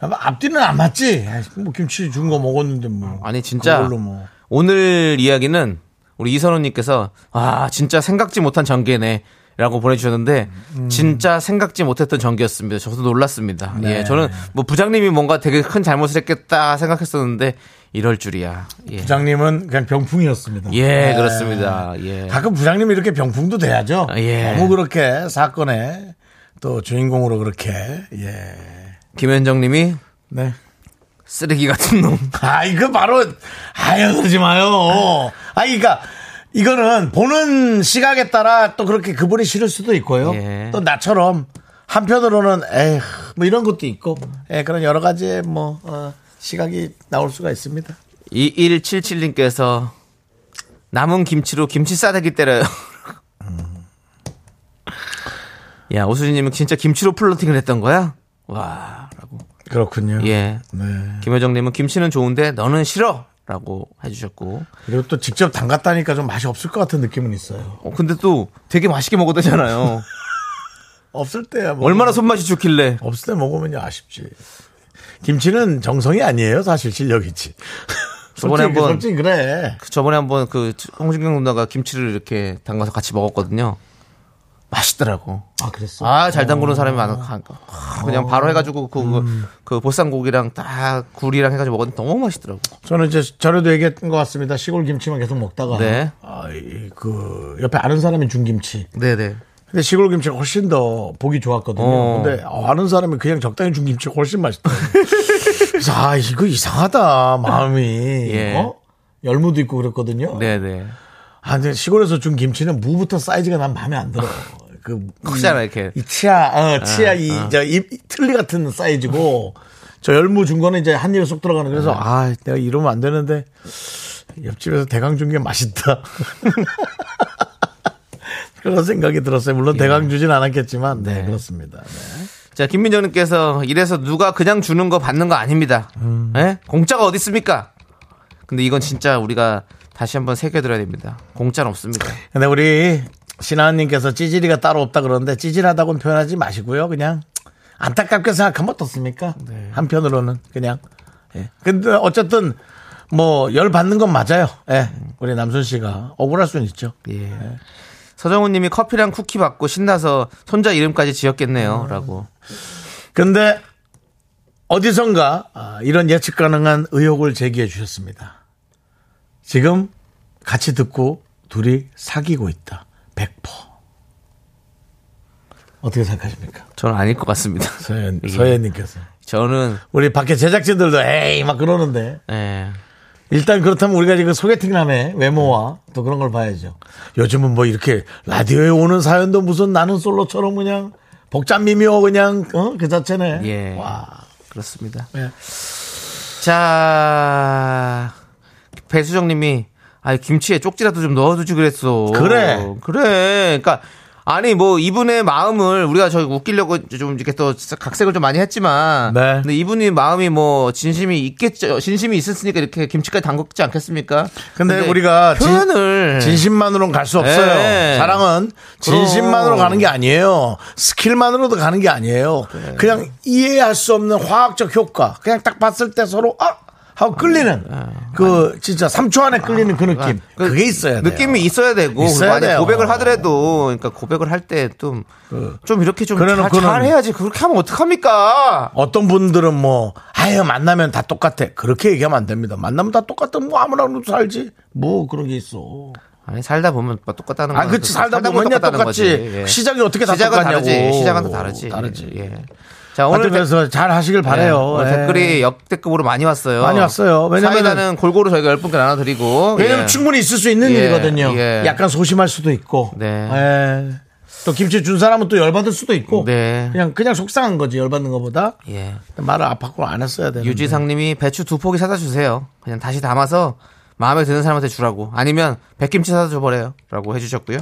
Speaker 1: 앞뒤는 안 맞지. 아이, 뭐 김치 준 거 먹었는데 뭐.
Speaker 2: 아니 진짜
Speaker 1: 그걸로 뭐.
Speaker 2: 오늘 이야기는 우리 이선호님께서 아 진짜 생각지 못한 전개네라고 보내주셨는데
Speaker 1: 음.
Speaker 2: 진짜 생각지 못했던 전개였습니다. 저도 놀랐습니다.
Speaker 1: 네.
Speaker 2: 예, 저는 뭐 부장님이 뭔가 되게 큰 잘못을 했겠다 생각했었는데 이럴 줄이야. 예,
Speaker 1: 부장님은 그냥 병풍이었습니다.
Speaker 2: 예,
Speaker 1: 네.
Speaker 2: 그렇습니다. 예.
Speaker 1: 가끔 부장님이 이렇게 병풍도 돼야죠.
Speaker 2: 아, 예.
Speaker 1: 너무 그렇게 사건의 또 주인공으로 그렇게 예.
Speaker 2: 김현정님이
Speaker 1: 네.
Speaker 2: 쓰레기 같은 놈.
Speaker 1: 아, 이거 바로, 아유, 그러지 마요. 아, 그니까, 이거는 보는 시각에 따라 또 그렇게 그분이 싫을 수도 있고요.
Speaker 2: 예.
Speaker 1: 또 나처럼, 한편으로는, 에휴, 뭐 이런 것도 있고, 예, 그런 여러 가지의 뭐, 어, 시각이 나올 수가 있습니다.
Speaker 2: 2177님께서 남은 김치로 김치 싸대기 때려요. 음. 야, 오수진님은 진짜 김치로 플러팅을 했던 거야? 와, 라고.
Speaker 1: 그렇군요.
Speaker 2: 예.
Speaker 1: 네.
Speaker 2: 김효정님은 김치는 좋은데 너는 싫어! 라고 해주셨고.
Speaker 1: 그리고 또 직접 담갔다니까 좀 맛이 없을 것 같은 느낌은 있어요.
Speaker 2: 어, 근데 또 되게 맛있게 먹었다잖아요.
Speaker 1: 없을 때야. 먹으면-
Speaker 2: 얼마나 손맛이 좋길래.
Speaker 1: 없을 때 먹으면 아쉽지. 김치는 정성이 아니에요. 사실 실력이지.
Speaker 2: 저번에
Speaker 1: 솔직히-
Speaker 2: 한번-
Speaker 1: 솔직히 그래.
Speaker 2: 그 저번에 한번 그 홍진경 누나가 김치를 이렇게 담가서 같이 먹었거든요. 맛있더라고.
Speaker 1: 아, 그랬어.
Speaker 2: 아 잘 담그는 사람이 많아 가- 아, 그냥 바로 해가지고 그, 그, 그 보쌈고기랑 딱 굴이랑 해가지고 먹었는데 너무 맛있더라고
Speaker 1: 저는 이제 저래도 얘기했던 것 같습니다. 시골 김치만 계속 먹다가
Speaker 2: 네.
Speaker 1: 아, 이, 그 옆에 아는 사람이 준 김치.
Speaker 2: 네네
Speaker 1: 근데 시골 김치가 훨씬 더 보기 좋았거든요.
Speaker 2: 어.
Speaker 1: 근데 어, 아는 사람이 그냥 적당히 준 김치가 훨씬 맛있다. 그래서 아 이거 이상하다 마음이.
Speaker 2: 예.
Speaker 1: 어? 열무도 있고 그랬거든요.
Speaker 2: 네네
Speaker 1: 아 근데 시골에서 준 김치는 무부터 사이즈가 난 마음에 안 들어. 그
Speaker 2: 크잖아,
Speaker 1: 이-
Speaker 2: 이렇게.
Speaker 1: 이 치아, 어, 치아 이 저입 틀니 같은 사이즈고 저 열무 준 거는 이제 한 입에 쏙 들어가는 그래서 아 내가 이러면 안 되는데 옆집에서 대강 준 게 맛있다. 그런 생각이 들었어요. 물론 대강 주진 않았겠지만 예. 네, 그렇습니다. 네.
Speaker 2: 자 김민정님께서 이래서 누가 그냥 주는 거 받는 거 아닙니다 예? 공짜가 어디 있습니까 근데 이건 진짜 우리가 다시 한번 새겨들어야 됩니다 공짜는 없습니다
Speaker 1: 근데 우리 신하님께서 찌질이가 따로 없다 그러는데 찌질하다고는 표현하지 마시고요. 그냥 안타깝게 생각하면 어떻습니까? 한편으로는 그냥. 예. 근데 어쨌든 뭐 열 받는 건 맞아요. 예. 우리 남순 씨가 억울할 수는 있죠.
Speaker 2: 예. 서정훈님이 커피랑 쿠키 받고 신나서 손자 이름까지 지었겠네요라고
Speaker 1: 근데 어디선가 아, 이런 예측 가능한 의혹을 제기해 주셨습니다. 지금 같이 듣고 둘이 사귀고 있다. 100%. 어떻게 생각하십니까?
Speaker 2: 저는 아닐 것 같습니다
Speaker 1: 서현, 서현님께서.
Speaker 2: 저는
Speaker 1: 우리 밖에 제작진들도 에이 막 그러는데
Speaker 2: 예.
Speaker 1: 일단 그렇다면 우리가 지금 소개팅남의 외모와 또 그런 걸 봐야죠. 요즘은 뭐 이렇게 라디오에 오는 사연도 무슨 나는 솔로처럼 그냥 복잡 미묘 그냥 어? 그 자체네.
Speaker 2: 예.
Speaker 1: 와.
Speaker 2: 그렇습니다
Speaker 1: 예.
Speaker 2: 자, 배수정님이 아 김치에 쪽지라도 좀 넣어두지 그랬어.
Speaker 1: 그래.
Speaker 2: 그래. 그러니까 아니 뭐 이분의 마음을 우리가 저 웃기려고 좀 이렇게 또 각색을 좀 많이 했지만,
Speaker 1: 네.
Speaker 2: 근데 이분이 마음이 뭐 진심이 있겠죠. 진심이 있었으니까 이렇게 김치까지 담그지 않겠습니까?
Speaker 1: 근데 우리가 진-
Speaker 2: 표현을
Speaker 1: 진심만으로는 갈 수 없어요.
Speaker 2: 예.
Speaker 1: 사랑은 진심만으로
Speaker 2: 그럼.
Speaker 1: 가는 게 아니에요. 스킬만으로도 가는
Speaker 2: 네.
Speaker 1: 게 아니에요. 그냥 이해할 수 없는 화학적 효과. 그냥 딱 봤을 때 서로 아 하고 끌리는 그 진짜 3초 안에 끌리는 그 느낌
Speaker 2: 네. 그
Speaker 1: 그게 있어야 돼요.
Speaker 2: 느낌이 있어야 되고
Speaker 1: 있어야
Speaker 2: 만약
Speaker 1: 돼요.
Speaker 2: 고백을 하더라도 그러니까 고백을 할 때 좀 좀 이렇게 좀
Speaker 1: 그. 그래놓고는-
Speaker 2: 잘, 잘 해야지 그렇게 하면 어떡합니까?
Speaker 1: 어떤 분들은 뭐 아예 만나면 다 똑같아 그렇게 얘기하면 안 됩니다. 만나면 다 똑같아 뭐 아무나도 살지 뭐 그런 게 있어.
Speaker 2: 아니 살다 보면 뭐 똑같다는
Speaker 1: 아
Speaker 2: 건
Speaker 1: 그렇지 살다
Speaker 2: 보면
Speaker 1: 보면야
Speaker 2: 똑같다는
Speaker 1: 똑같지
Speaker 2: 거지. 예.
Speaker 1: 시작이 어떻게 다
Speaker 2: 시작은
Speaker 1: 똑같냐고 음,
Speaker 2: 다르지. 시작은 다 다르지.
Speaker 1: 다르지.
Speaker 2: 예. 자
Speaker 1: 오늘
Speaker 2: 오늘 댓-
Speaker 1: 그래서 잘 하시길
Speaker 2: 예,
Speaker 1: 바래요.
Speaker 2: 오늘
Speaker 1: 예.
Speaker 2: 댓글이 역대급으로 많이 왔어요.
Speaker 1: 많이 왔어요. 왜냐면은-
Speaker 2: 사이다는 골고루 저희가 10분께 나눠드리고
Speaker 1: 왜냐면
Speaker 2: 예.
Speaker 1: 충분히 있을 수 있는
Speaker 2: 예,
Speaker 1: 일이거든요.
Speaker 2: 예.
Speaker 1: 약간 소심할 수도 있고.
Speaker 2: 네.
Speaker 1: 예. 또 김치 준 사람은 또 열받을 수도 있고.
Speaker 2: 네.
Speaker 1: 그냥 그냥 속상한 거지 열받는 것보다
Speaker 2: 예.
Speaker 1: 말을 아팠고 안 했어야 되는.
Speaker 2: 유지상님이 배추 두 포기 사다 주세요. 그냥 다시 담아서 마음에 드는 사람한테 주라고. 아니면 백김치 사다 줘버려요.라고 해주셨고요.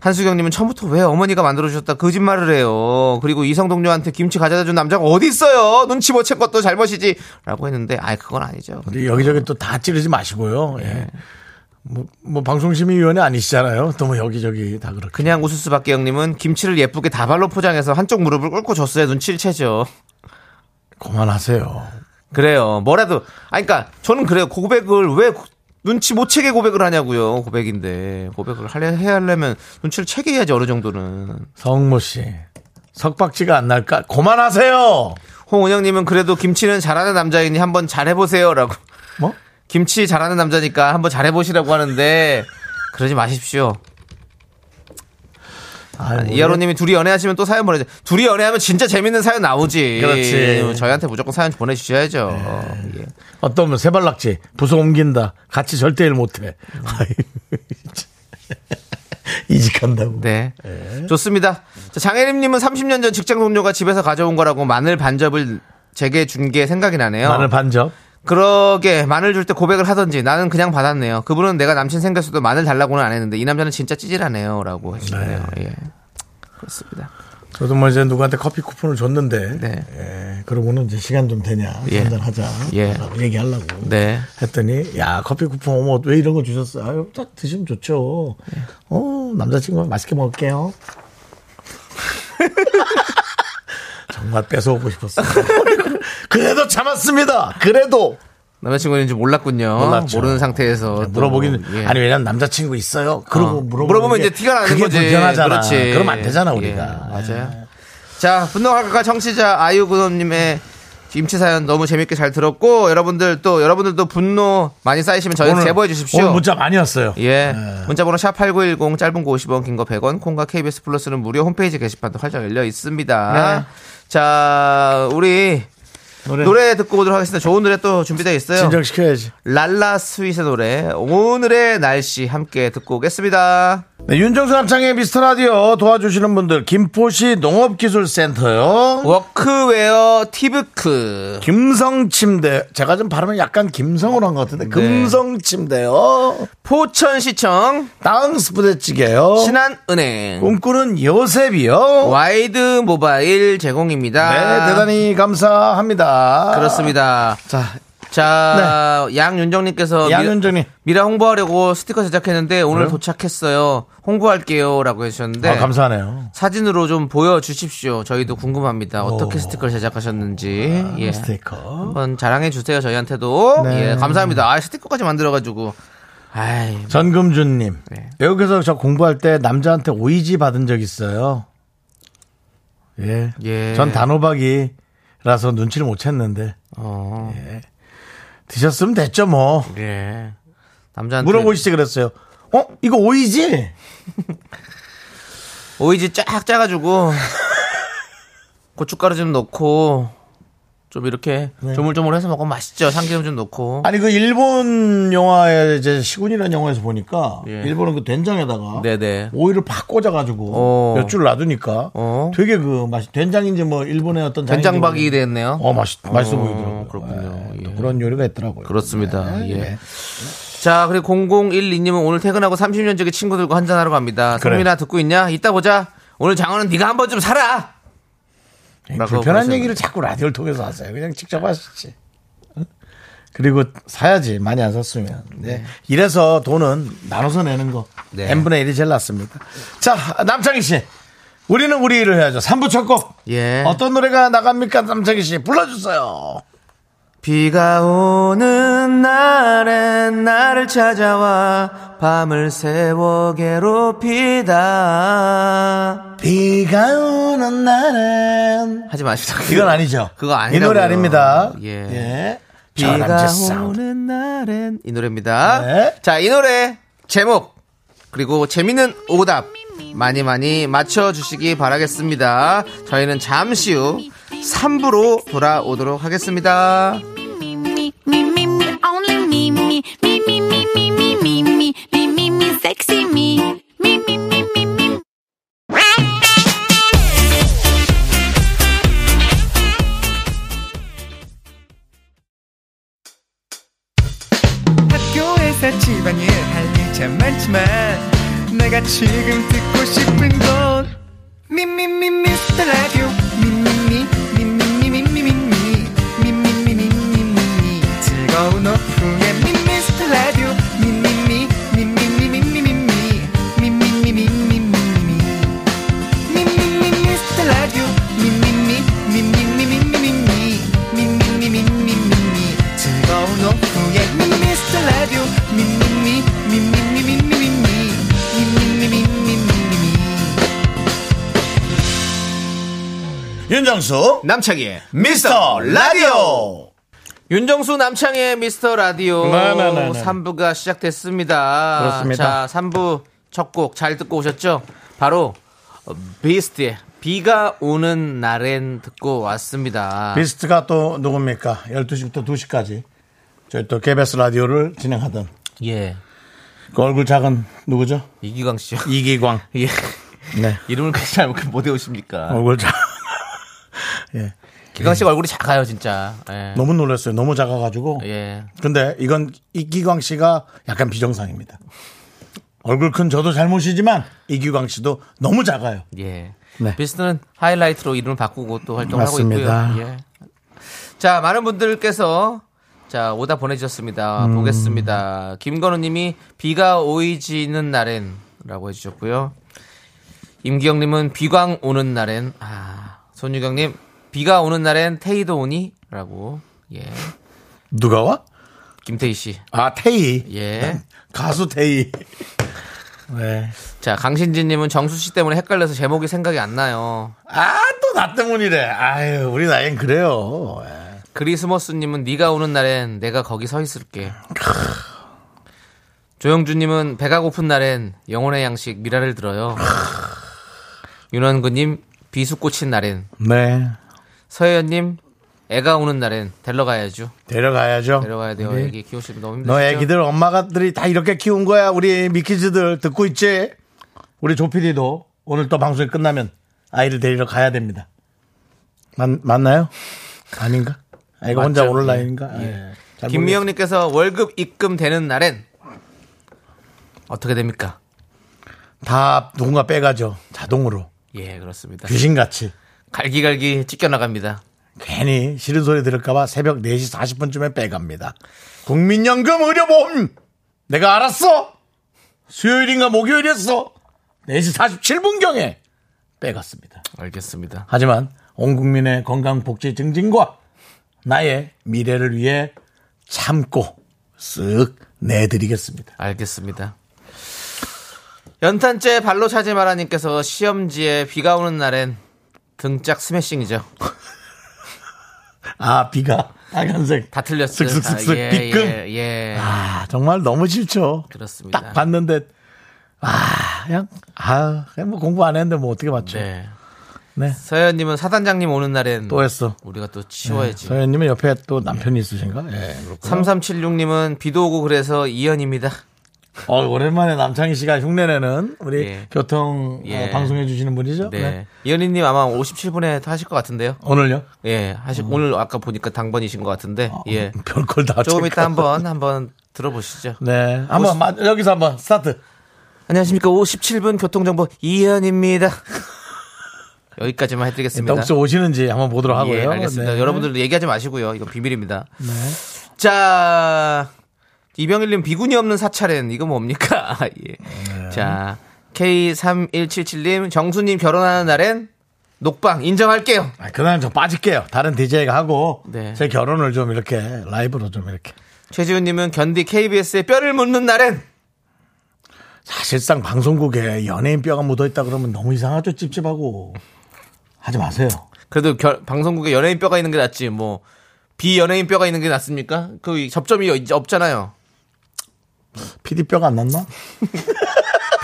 Speaker 2: 한수경님은 처음부터 왜 어머니가 만들어주셨다 거짓말을 해요. 그리고 이성동료한테 김치 가져다 준 남자가 어디 있어요? 눈치 못 챈 것도 잘못이지.라고 했는데, 아이 그건 아니죠.
Speaker 1: 근데 여기저기 또 다 찌르지 마시고요.
Speaker 2: 네.
Speaker 1: 예. 뭐, 뭐 방송심의위원회 아니시잖아요. 또 뭐 여기저기 다 그렇게.
Speaker 2: 그냥 웃을 수밖에 형님은 김치를 예쁘게 다발로 포장해서 한쪽 무릎을 꿇고 줬어요. 눈치를 채죠.
Speaker 1: 그만하세요.
Speaker 2: 그래요. 뭐라도 아니 그러니까 저는 그래요. 고백을 왜 고- 눈치 못 채게 고백을 하냐고요. 고백인데 고백을 하려 해야 하려면 눈치를 채게 해야지 어느 정도는.
Speaker 1: 성모 씨. 석박지가 안 날까? 그만하세요.
Speaker 2: 홍은영님은 그래도 김치는 잘하는 남자이니 한번 잘해보세요라고.
Speaker 1: 뭐?
Speaker 2: 김치 잘하는 남자니까 한번 잘해보시라고 하는데 그러지 마십시오.
Speaker 1: 아유,
Speaker 2: 이하로님이 둘이 연애하시면 또 사연 보내죠. 둘이 연애하면 진짜 재밌는 사연 나오지.
Speaker 1: 그렇지. 네.
Speaker 2: 저희한테 무조건 사연 보내주셔야죠. 예.
Speaker 1: 어떤 분 세발낙지 부서 옮긴다 같이 절대 일 못해 아이고, 진짜. 이직한다고
Speaker 2: 네.
Speaker 1: 예.
Speaker 2: 좋습니다. 자, 장혜림님은 30년 전 직장 동료가 집에서 가져온 거라고 마늘 반접을 제게 준 게 생각이 나네요.
Speaker 1: 마늘 반접
Speaker 2: 그러게 마늘 줄 때 고백을 하던지 나는 그냥 받았네요. 그분은 내가 남친 생겼어도 마늘 달라고는 안 했는데 이 남자는 진짜 찌질하네요라고 해주네요. 예. 그렇습니다.
Speaker 1: 저도 뭐 이제 누구한테 커피 쿠폰을 줬는데
Speaker 2: 네.
Speaker 1: 예, 그러고는 이제 시간 좀 되냐
Speaker 2: 예.
Speaker 1: 판단하자
Speaker 2: 예.
Speaker 1: 라고 얘기하려고
Speaker 2: 네.
Speaker 1: 했더니 야 커피 쿠폰 어머 왜 이런 거 주셨어요 아유 딱 드시면 좋죠 어 남자친구 맛있게 먹을게요 정말 뺏어오고 싶었어요 그래도 참았습니다 그래도
Speaker 2: 남자친구는 이제 몰랐군요.
Speaker 1: 몰랐죠. 네,
Speaker 2: 모르는 상태에서 또,
Speaker 1: 물어보긴
Speaker 2: 예.
Speaker 1: 아니 왜냐면 남자친구 있어요. 그러고 물어보는
Speaker 2: 물어보면
Speaker 1: 게
Speaker 2: 이제 티가 나는
Speaker 1: 그게
Speaker 2: 거지.
Speaker 1: 불편하잖아.
Speaker 2: 그렇지.
Speaker 1: 그러면 안 되잖아
Speaker 2: 예,
Speaker 1: 우리가.
Speaker 2: 맞아요. 자, 분노할까 청취자 아이유군님의 김치 사연 너무 재밌게 잘 들었고 여러분들 또 여러분들도 분노 많이 쌓이시면 저희한테 제보해 주십시오.
Speaker 1: 오늘 문자 네. 많이 왔어요.
Speaker 2: 예. 문자번호 샵8910 짧은 거 50원, 긴 거 100원, 콩과 KBS 플러스는 무료 홈페이지 게시판도 활짝 열려 있습니다.
Speaker 1: 네.
Speaker 2: 자, 우리
Speaker 1: 노래,
Speaker 2: 노래 듣고 오도록 하겠습니다. 좋은 노래 또 준비되어 있어요.
Speaker 1: 진정시켜야지.
Speaker 2: 랄라 스윗의 노래, 오늘의 날씨 함께 듣고 오겠습니다.
Speaker 1: 네, 윤정수 남창의 미스터 라디오 도와주시는 분들 김포시 농업기술센터요.
Speaker 2: 워크웨어 티브크.
Speaker 1: 김성침대 제가 좀 발음을 약간 김성으로 한 것 같은데
Speaker 2: 네.
Speaker 1: 금성침대요.
Speaker 2: 포천시청,
Speaker 1: 땅스 부대찌개요.
Speaker 2: 신한은행,
Speaker 1: 꿈꾸는 요셉이요.
Speaker 2: 와이드 모바일 제공입니다.
Speaker 1: 어? 네 대단히 감사합니다.
Speaker 2: 그렇습니다.
Speaker 1: 자 네.
Speaker 2: 자, 양윤정님께서 미-
Speaker 1: 양윤정님 네.
Speaker 2: 미라 홍보하려고 스티커 제작했는데 오늘 도착했어요. 홍보할게요라고 해주셨는데
Speaker 1: 아, 감사하네요.
Speaker 2: 사진으로 좀 보여주십시오. 저희도 궁금합니다. 어떻게 스티커를 제작하셨는지 예.
Speaker 1: 아, 그 스티커. 네.
Speaker 2: 한번 자랑해 주세요. 저희한테도 예, 감사합니다. 아 스티커까지 만들어가지고 아이
Speaker 1: 전금준님
Speaker 2: 네.
Speaker 1: 외국에서 저 공부할 때 남자한테 오이지 받은 적 있어요. 예.
Speaker 2: 예.
Speaker 1: 전 단호박이라서 눈치를 못 챘는데 예.
Speaker 2: 어,
Speaker 1: 드셨으면 됐죠 뭐.
Speaker 2: 예. 남자한테
Speaker 1: 물어보시지 그랬어요. 어 이거 오이지?
Speaker 2: 오이지 쫙 짜가지고 고춧가루 좀 넣고 좀 이렇게
Speaker 1: 네.
Speaker 2: 조물조물해서 먹으면 맛있죠. 참기름 좀 넣고
Speaker 1: 아니 그 일본 영화에 이제 시군이라는 영화에서 보니까
Speaker 2: 예.
Speaker 1: 일본은 그 된장에다가
Speaker 2: 네네.
Speaker 1: 오이를 팍 꽂아가지고
Speaker 2: 어.
Speaker 1: 몇 줄 놔두니까
Speaker 2: 어.
Speaker 1: 되게 그 맛이 된장인지 뭐 일본의 어떤 장인지
Speaker 2: 된장박이
Speaker 1: 모르겠는데
Speaker 2: 됐네요.
Speaker 1: 어 맛있 맛있어
Speaker 2: 어,
Speaker 1: 보이더라고요.
Speaker 2: 그렇군요.
Speaker 1: 예, 또
Speaker 2: 예.
Speaker 1: 그런 요리가 있더라고요.
Speaker 2: 그렇습니다.
Speaker 1: 네,
Speaker 2: 예. 자, 그리고 0012님은 오늘 퇴근하고 30년 전기 친구들과 한잔하러 갑니다.
Speaker 1: 그래.
Speaker 2: 성민아 듣고 있냐? 이따 보자. 오늘 장어는 네가 한번 좀 사라. 라고
Speaker 1: 네, 불편한
Speaker 2: 그러셨는데.
Speaker 1: 얘기를 자꾸 라디오를 통해서 하세요. 그냥 직접 하시지. 응? 그리고 사야지 많이 안 샀으면. 네. 이래서 돈은 나눠서 내는 거.
Speaker 2: 네.
Speaker 1: n분의 1이 제일 낫습니다. 자 남창희 씨. 우리는 우리 일을 해야죠. 3부 첫 곡.
Speaker 2: 예.
Speaker 1: 어떤 노래가 나갑니까 남창희 씨. 불러주세요.
Speaker 2: 비가 오는 날엔 나를 찾아와 밤을 새워 괴롭히다.
Speaker 1: 비가 오는 날엔
Speaker 2: 하지 마시다.
Speaker 1: 이건 아니죠.
Speaker 2: 그거
Speaker 1: 이
Speaker 2: 아니라고요.
Speaker 1: 노래 아닙니다.
Speaker 2: 예.
Speaker 1: 예.
Speaker 2: 비가
Speaker 1: 저람쥐 사운드.
Speaker 2: 오는 날엔 이 노래입니다.
Speaker 1: 네.
Speaker 2: 자, 이 노래 제목 그리고 재밌는 오답 많이 많이 맞춰 주시기 바라겠습니다. 저희는 잠시 후 3부로 돌아오도록 하겠습니다.
Speaker 5: me, me, me, me, me, only me, me, me, me, me, me, me, me, me, me, me, me, sexy me, me, me, me, me, me.
Speaker 6: 학교에서 집안일 할 일 참 많지만 내가 지금 듣고 싶은 건 미미미 미스터 라디오 미미미 미미미 미미미 미미미 미미미 즐거운 오후에 미스터 라디오 미미미 미미미 미미미 미미미 미미미
Speaker 1: 윤정수
Speaker 2: 남창희의
Speaker 1: 미스터 라디오.
Speaker 2: 윤정수 남창희의 미스터 라디오
Speaker 1: 네네네네.
Speaker 2: 3부가 시작됐습니다.
Speaker 1: 그렇습니다.
Speaker 2: 자, 3부 첫 곡 잘 듣고 오셨죠? 바로 어, 비스트의 비가 오는 날엔 듣고 왔습니다.
Speaker 1: 비스트가 또 누굽니까? 12시부터 2시까지 저희 또 KBS 라디오를 진행하던
Speaker 2: 예.
Speaker 1: 그 얼굴 작은 누구죠?
Speaker 2: 이기광 씨요.
Speaker 1: 이기광.
Speaker 2: 예.
Speaker 1: 네.
Speaker 2: 이름을 그렇게 잘못 외우십니까?
Speaker 1: 아, 얼굴 작은. 예.
Speaker 2: 기광 씨가 얼굴이 작아요, 진짜. 예.
Speaker 1: 너무 놀랐어요. 너무 작아가지고.
Speaker 2: 예.
Speaker 1: 근데 이건 이기광 씨가 약간 비정상입니다. 얼굴 큰 저도 잘못이지만 이기광 씨도 너무 작아요.
Speaker 2: 예.
Speaker 1: 네.
Speaker 2: 비스트는 하이라이트로 이름을 바꾸고 또 활동을
Speaker 1: 맞습니다.
Speaker 2: 하고 있고요. 예. 자, 많은 분들께서 자, 오다 보내주셨습니다.
Speaker 1: 음.
Speaker 2: 보겠습니다. 김건우 님이 비가 오이지는 날엔 라고 해주셨고요. 임기영 님은 비광 오는 날엔, 아, 손유경 님, 비가 오는 날엔 테이도 오니? 라고, 예.
Speaker 1: 누가 와?
Speaker 2: 김태희 씨,
Speaker 1: 아, 태희. 네.
Speaker 2: 예.
Speaker 1: 가수 태희. 네.
Speaker 2: 자, 강신진 님은 정수 씨 때문에 헷갈려서 제목이 생각이 안 나요.
Speaker 1: 아, 또 나 때문이래. 아유, 우리 나이엔 그래요. 예.
Speaker 2: 그리스머스님은 네가 오는 날엔 내가 거기 서 있을게. 조영주님은 배가 고픈 날엔 영혼의 양식 미라를 들어요. 윤원구님 비수 꽂힌 날엔
Speaker 1: 네.
Speaker 2: 서혜연님 애가 오는 날엔 데러 가야죠.
Speaker 1: 데려가야죠.
Speaker 2: 데려가야 돼요.
Speaker 1: 네.
Speaker 2: 애기 키우시면 너무 힘드시죠.
Speaker 1: 너 애기들 엄마가들이 다 이렇게 키운 거야. 우리 미키즈들 듣고 있지? 우리 조피디도 오늘 또 방송이 끝나면 아이를 데리러 가야 됩니다. 맞, 맞나요? 아닌가? 아이가 혼자
Speaker 2: 맞죠.
Speaker 1: 오늘
Speaker 2: 예.
Speaker 1: 나이인가?
Speaker 2: 김미영님께서 월급 입금 되는 날엔 어떻게 됩니까?
Speaker 1: 다 누군가 빼가죠. 자동으로.
Speaker 2: 예 그렇습니다.
Speaker 1: 귀신같이.
Speaker 2: 갈기갈기 찢겨 나갑니다.
Speaker 1: 괜히 싫은 소리 들을까봐 새벽 4시 40분쯤에 빼갑니다. 국민연금 의료보험! 내가 알았어! 수요일인가 목요일이었어! 4시 47분경에 빼갔습니다.
Speaker 2: 알겠습니다.
Speaker 1: 하지만 온 국민의 건강복지 증진과 나의 미래를 위해 참고 쓱 내드리겠습니다.
Speaker 2: 알겠습니다. 연탄재 발로 차지 마라님께서 시험지에 비가 오는 날엔 등짝 스매싱이죠.
Speaker 1: 아, 비가 빨간색.
Speaker 2: 다 틀렸어요.
Speaker 1: 슥슥슥슥
Speaker 2: 아, 예,
Speaker 1: 빗금.
Speaker 2: 예, 예.
Speaker 1: 아, 정말 너무 싫죠.
Speaker 2: 그렇습니다.
Speaker 1: 딱 봤는데, 아, 그냥, 아, 그냥 뭐 공부 안 했는데 뭐 어떻게 맞죠.
Speaker 2: 네.
Speaker 1: 네.
Speaker 2: 서현님은 사단장님 오는 날엔
Speaker 1: 또 했어. 네,
Speaker 2: 우리가 또 치워야지.
Speaker 1: 서현님은 옆에 또 남편이 있으신가? 예, 그렇구나.
Speaker 2: 3376님은 비도 오고 그래서 이연입니다.
Speaker 1: 어, 오랜만에 남창희 씨가 흉내내는 우리
Speaker 2: 예.
Speaker 1: 교통 어,
Speaker 2: 예.
Speaker 1: 방송해 주시는 분이죠?
Speaker 2: 네. 이연희님 아마 57분에 하실 것 같은데요.
Speaker 1: 오늘요?
Speaker 2: 예.
Speaker 1: 어.
Speaker 2: 하실, 오늘 아까 보니까 당번이신 것 같은데. 예.
Speaker 1: 별걸 다
Speaker 2: 조금 이따
Speaker 1: 체크하고.
Speaker 2: 한번, 한번 들어보시죠.
Speaker 1: 음, 네. 한번 마- 여기서 한번 스타트.
Speaker 2: 안녕하십니까. 57분 교통정보 이현입니다. 여기까지만 해드리겠습니다.
Speaker 1: 일단 혹시 오시는지 한번 보도록 하고요.
Speaker 2: 예, 알겠습니다.
Speaker 1: 네.
Speaker 2: 여러분들 얘기하지 마시고요. 이건 비밀입니다. 자, 이병일님 비군이 없는 사찰엔 이거 뭡니까? 아,
Speaker 1: 네.
Speaker 2: 예. 자, K3177님 정수님 결혼하는 날엔 녹방 인정할게요.
Speaker 1: 아, 그날은 저 빠질게요. 다른 DJ가 하고
Speaker 2: 네.
Speaker 1: 제 결혼을 좀 이렇게 라이브로 좀 이렇게.
Speaker 2: 최지훈님은 견디 KBS에 뼈를 묻는 날엔
Speaker 1: 사실상 방송국에 연예인 뼈가 묻어있다 그러면 너무 이상하죠. 찝찝하고. 하지 마세요.
Speaker 2: 그래도 결- 방송국에 연예인 뼈가 있는 게 낫지 뭐 비연예인 뼈가 있는 게 낫습니까? 그 접점이 이제 없잖아요.
Speaker 1: PD 뼈가 안 났나?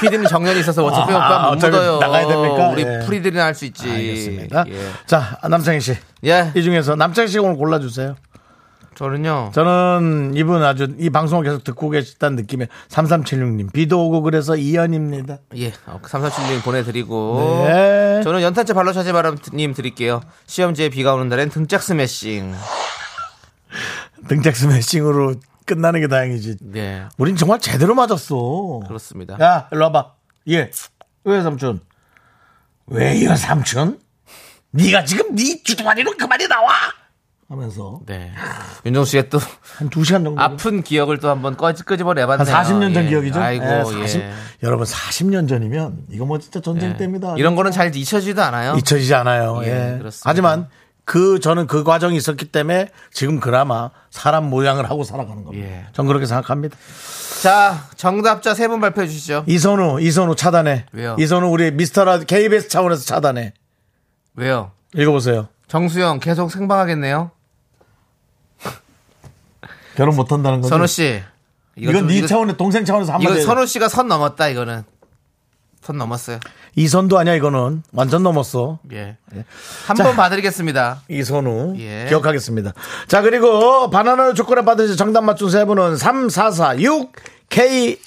Speaker 2: PD는 정년이 있어서 어차피
Speaker 1: 아,
Speaker 2: 오빠 못
Speaker 1: 어차피
Speaker 2: 묻어요.
Speaker 1: 나가야 됩니까?
Speaker 2: 우리
Speaker 1: 예.
Speaker 2: 프리들이나 할 수 있지.
Speaker 1: 알겠습니다.
Speaker 2: 예.
Speaker 1: 자, 남창희 씨.
Speaker 2: 예,
Speaker 1: 이 중에서 남창희 씨 오늘 골라주세요.
Speaker 2: 저는요.
Speaker 1: 저는 이분 아주 이 방송을 계속 듣고 계시다는 느낌에 3376님. 비도 오고 그래서 이연입니다.
Speaker 2: 예, 3376님 보내드리고.
Speaker 1: 네.
Speaker 2: 저는 연탄재 발로차지 바람님 드릴게요. 시험지에 비가 오는 날엔 등짝 스매싱.
Speaker 1: 등짝 스매싱으로 끝나는 게 다행이지.
Speaker 2: 네,
Speaker 1: 우린 정말 제대로 맞았어.
Speaker 2: 그렇습니다.
Speaker 1: 야, 일로 와봐. 예. 왜 삼촌? 왜요 삼촌? 네가 지금 네 주둥아리로 그만이 나와! 하면서
Speaker 2: 네. 윤정 씨의 또
Speaker 1: 한 두 시간 정도.
Speaker 2: 아픈 기억을 또 한번 꺼지
Speaker 1: 음.
Speaker 2: 끄집어
Speaker 1: 한
Speaker 2: 내봤네요.
Speaker 1: 40년 전
Speaker 2: 예.
Speaker 1: 기억이죠?
Speaker 2: 아이고,
Speaker 1: 예, 40
Speaker 2: 예.
Speaker 1: 여러분, 40년 전이면 이거 뭐 진짜 전쟁
Speaker 2: 예.
Speaker 1: 때입니다.
Speaker 2: 이런 거는 잘 잊혀지지도 않아요.
Speaker 1: 잊혀지지 않아요.
Speaker 2: 예,
Speaker 1: 예.
Speaker 2: 그렇습니다.
Speaker 1: 하지만 그 저는 그 과정이 있었기 때문에 지금 그나마 사람 모양을 하고 살아가는 겁니다.
Speaker 2: 예.
Speaker 1: 전 그렇게 생각합니다.
Speaker 2: 자, 정답자 세 분 발표해 주시죠.
Speaker 1: 이선우, 이선우 차단해.
Speaker 2: 왜요?
Speaker 1: 이선우 우리 미스터라 KBS 차원에서 차단해.
Speaker 2: 왜요?
Speaker 1: 읽어보세요.
Speaker 2: 정수영 계속 생방하겠네요.
Speaker 1: 결혼 못 한다는 거죠.
Speaker 2: 선우 씨. 이거
Speaker 1: 이건
Speaker 2: 좀-
Speaker 1: 네
Speaker 2: 이거-
Speaker 1: 차원에 동생 차원에서 한마디.
Speaker 2: 이건
Speaker 1: 해요.
Speaker 2: 선우 씨가 선 넘었다 이거는. 선 넘었어요.
Speaker 1: 이선도 아니야 이거는 완전 넘었어.
Speaker 2: 예. 한 번 봐드리겠습니다.
Speaker 1: 이선우
Speaker 2: 예.
Speaker 1: 기억하겠습니다. 자 그리고 바나나 초콜릿 받으실 정답 맞춘 세 분은 3446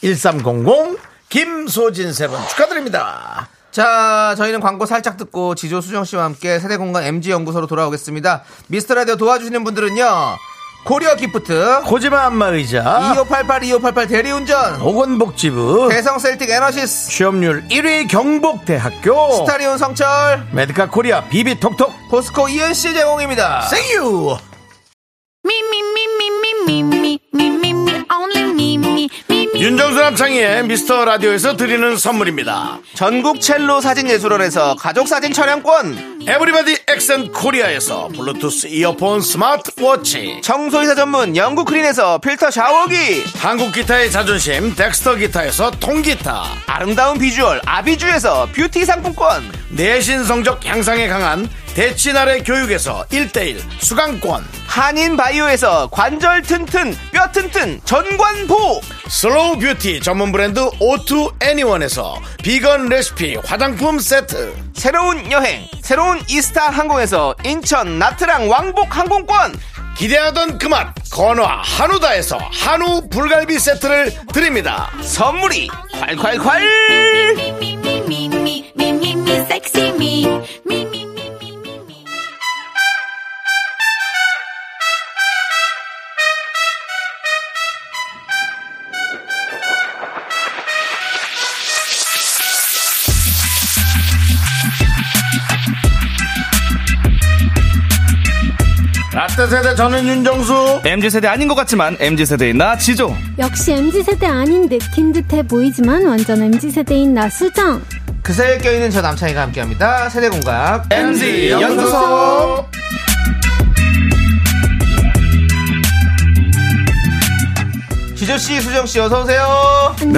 Speaker 1: K1300 김소진 세 분 축하드립니다.
Speaker 2: 자, 저희는 광고 살짝 듣고 지조 수정 씨와 함께 세대 공간 MG 연구소로 돌아오겠습니다. 미스터 라디오 도와주시는 분들은요. 고려 기프트,
Speaker 1: 코지마 안마의자
Speaker 2: 2588 2588 대리운전,
Speaker 1: 보건복지부
Speaker 2: 대성 셀틱 에너시스,
Speaker 1: 취업률 1위 경북대학교
Speaker 2: 스타리온 성철,
Speaker 1: 메디카 코리아 비비톡톡
Speaker 2: 포스코 이은씨 제공입니다.
Speaker 1: 생유
Speaker 5: Me, me, me, me, me, me, me, me, me, me, only me, me, me, me.
Speaker 1: 윤정수 남창희의 미스터 라디오에서 드리는 선물입니다.
Speaker 2: 전국 첼로 사진 예술원에서 가족 사진 촬영권,
Speaker 1: 에브리바디 엑센 코리아에서 블루투스 이어폰 스마트워치
Speaker 2: 청소이사 전문 영국 크린에서 필터 샤워기,
Speaker 1: 한국 기타의 자존심 덱스터 기타에서 통기타
Speaker 2: 아름다운 비주얼 아비주에서 뷰티 상품권,
Speaker 1: 내신 성적 향상에 강한 대치나래 교육에서 1대1 수강권
Speaker 2: 한인 바이오에서 관절 튼튼, 뼈 튼튼, 전관보!
Speaker 1: 슬로우 뷰티 전문 브랜드 오투 애니원에서 비건 레시피 화장품 세트
Speaker 2: 새로운 여행, 새로운 이스타 항공에서 인천 나트랑 왕복 항공권,
Speaker 1: 기대하던 그 맛 건화 한우다에서 한우 불갈비 세트를 드립니다
Speaker 2: 선물이 콸콸콸!
Speaker 5: Me, me, me, me, me, me, me, me, sexy me. Me, me, me, me, me, me.
Speaker 1: 라떼 세대 저는 윤정수
Speaker 2: MZ세대 아닌 것 같지만 MZ세대인 나 지조
Speaker 7: 역시 MZ세대 아닌 듯긴 듯해 보이지만 완전 MZ세대인 나 수정.
Speaker 2: 그 사이에 껴있는 저 남창희가 함께합니다 세대공감 MZ
Speaker 1: 연구소.
Speaker 2: 지조씨 수정씨 어서오세요
Speaker 7: 안녕하세요.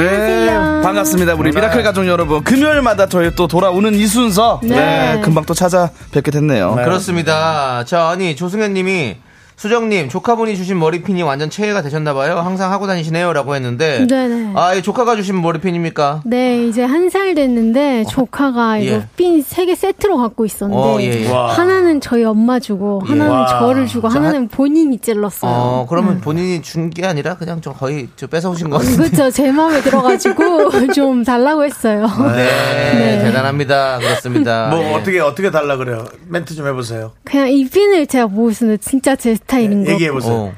Speaker 8: 네, 반갑습니다. 우리 미라클 가족 여러분. 금요일마다 저희 또 돌아오는 이 순서.
Speaker 7: 네.
Speaker 8: 네. 금방 또 찾아뵙게 됐네요.
Speaker 2: 그렇습니다 자 아니 조승현님이 수정님 조카분이 주신 머리핀이 완전 최애가 되셨나봐요 항상 하고 다니시네요 라고 했는데
Speaker 7: 네네.
Speaker 2: 아 이 조카가 주신 머리핀입니까?
Speaker 7: 네, 이제 한 살 됐는데 조카가 이거
Speaker 2: 어. 예.
Speaker 7: 핀세 개 세트로 갖고 있었는데
Speaker 2: 어, 예, 예.
Speaker 1: 와.
Speaker 7: 하나는 저희 엄마 주고 하나는
Speaker 1: 와.
Speaker 7: 저를 주고 하나는 본인이 찔렀어요. 네.
Speaker 2: 어 그러면 본인이 준 게 아니라 그냥 좀 거의 저 뺏어오신 것 같은데
Speaker 7: 그렇죠. 제 마음에 들어가지고 좀 달라고 했어요.
Speaker 2: 네,
Speaker 7: 네.
Speaker 2: 대단합니다. 그렇습니다.
Speaker 1: 뭐
Speaker 2: 예.
Speaker 1: 어떻게 어떻게 달라 그래요 멘트 좀 해보세요
Speaker 7: 그냥 이 핀을 제가 모으는 진짜 제 스타일인 거.
Speaker 1: 네, 얘기해보세요
Speaker 2: 어.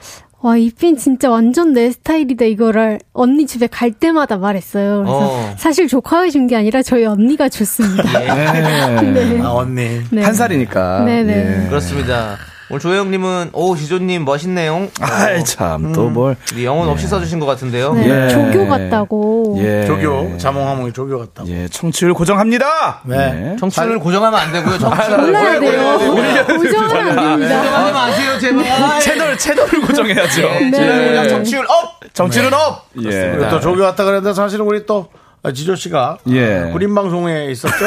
Speaker 7: 와, 이 핀 진짜 완전 내 스타일이다, 이거를 언니 집에 갈 때마다 말했어요. 그래서
Speaker 2: 어.
Speaker 7: 사실 조카가 준 게 아니라 저희 언니가 줬습니다.
Speaker 2: 예.
Speaker 8: 네.
Speaker 7: 네.
Speaker 1: 아 언니
Speaker 7: 네.
Speaker 8: 한 살이니까.
Speaker 2: 아,
Speaker 7: 네네.
Speaker 8: 예.
Speaker 2: 그렇습니다. 오늘 조혜영님은 오 지조님 멋있네요. 어. 음.
Speaker 8: 아이 참 또 뭘.
Speaker 2: 이 영혼 없이 써주신 것 같은데요.
Speaker 7: 네,
Speaker 8: 예.
Speaker 7: 조교 같다고.
Speaker 8: 예.
Speaker 1: 조교 자몽하몽이 조교 같다고.
Speaker 8: 예, 청취율 고정합니다.
Speaker 1: 네.
Speaker 2: 청취율을 고정하면 안 되고요. 청취율을
Speaker 8: 네,
Speaker 7: 몰라야 돼요. 고정하면 안 됩니다.
Speaker 2: 고정하면 안 돼요, 네. 제발.
Speaker 8: 네. 채널 채널을 고정해야죠.
Speaker 2: 네.
Speaker 7: 네.
Speaker 2: 청취율 업. 네.
Speaker 8: 정치는 없.
Speaker 4: 예.
Speaker 8: 네.
Speaker 1: 그리고 또 조교 왔다 그랬는데 사실은 우리 또 아, 지조 씨가
Speaker 4: 예.
Speaker 1: 구린 방송에 있었죠.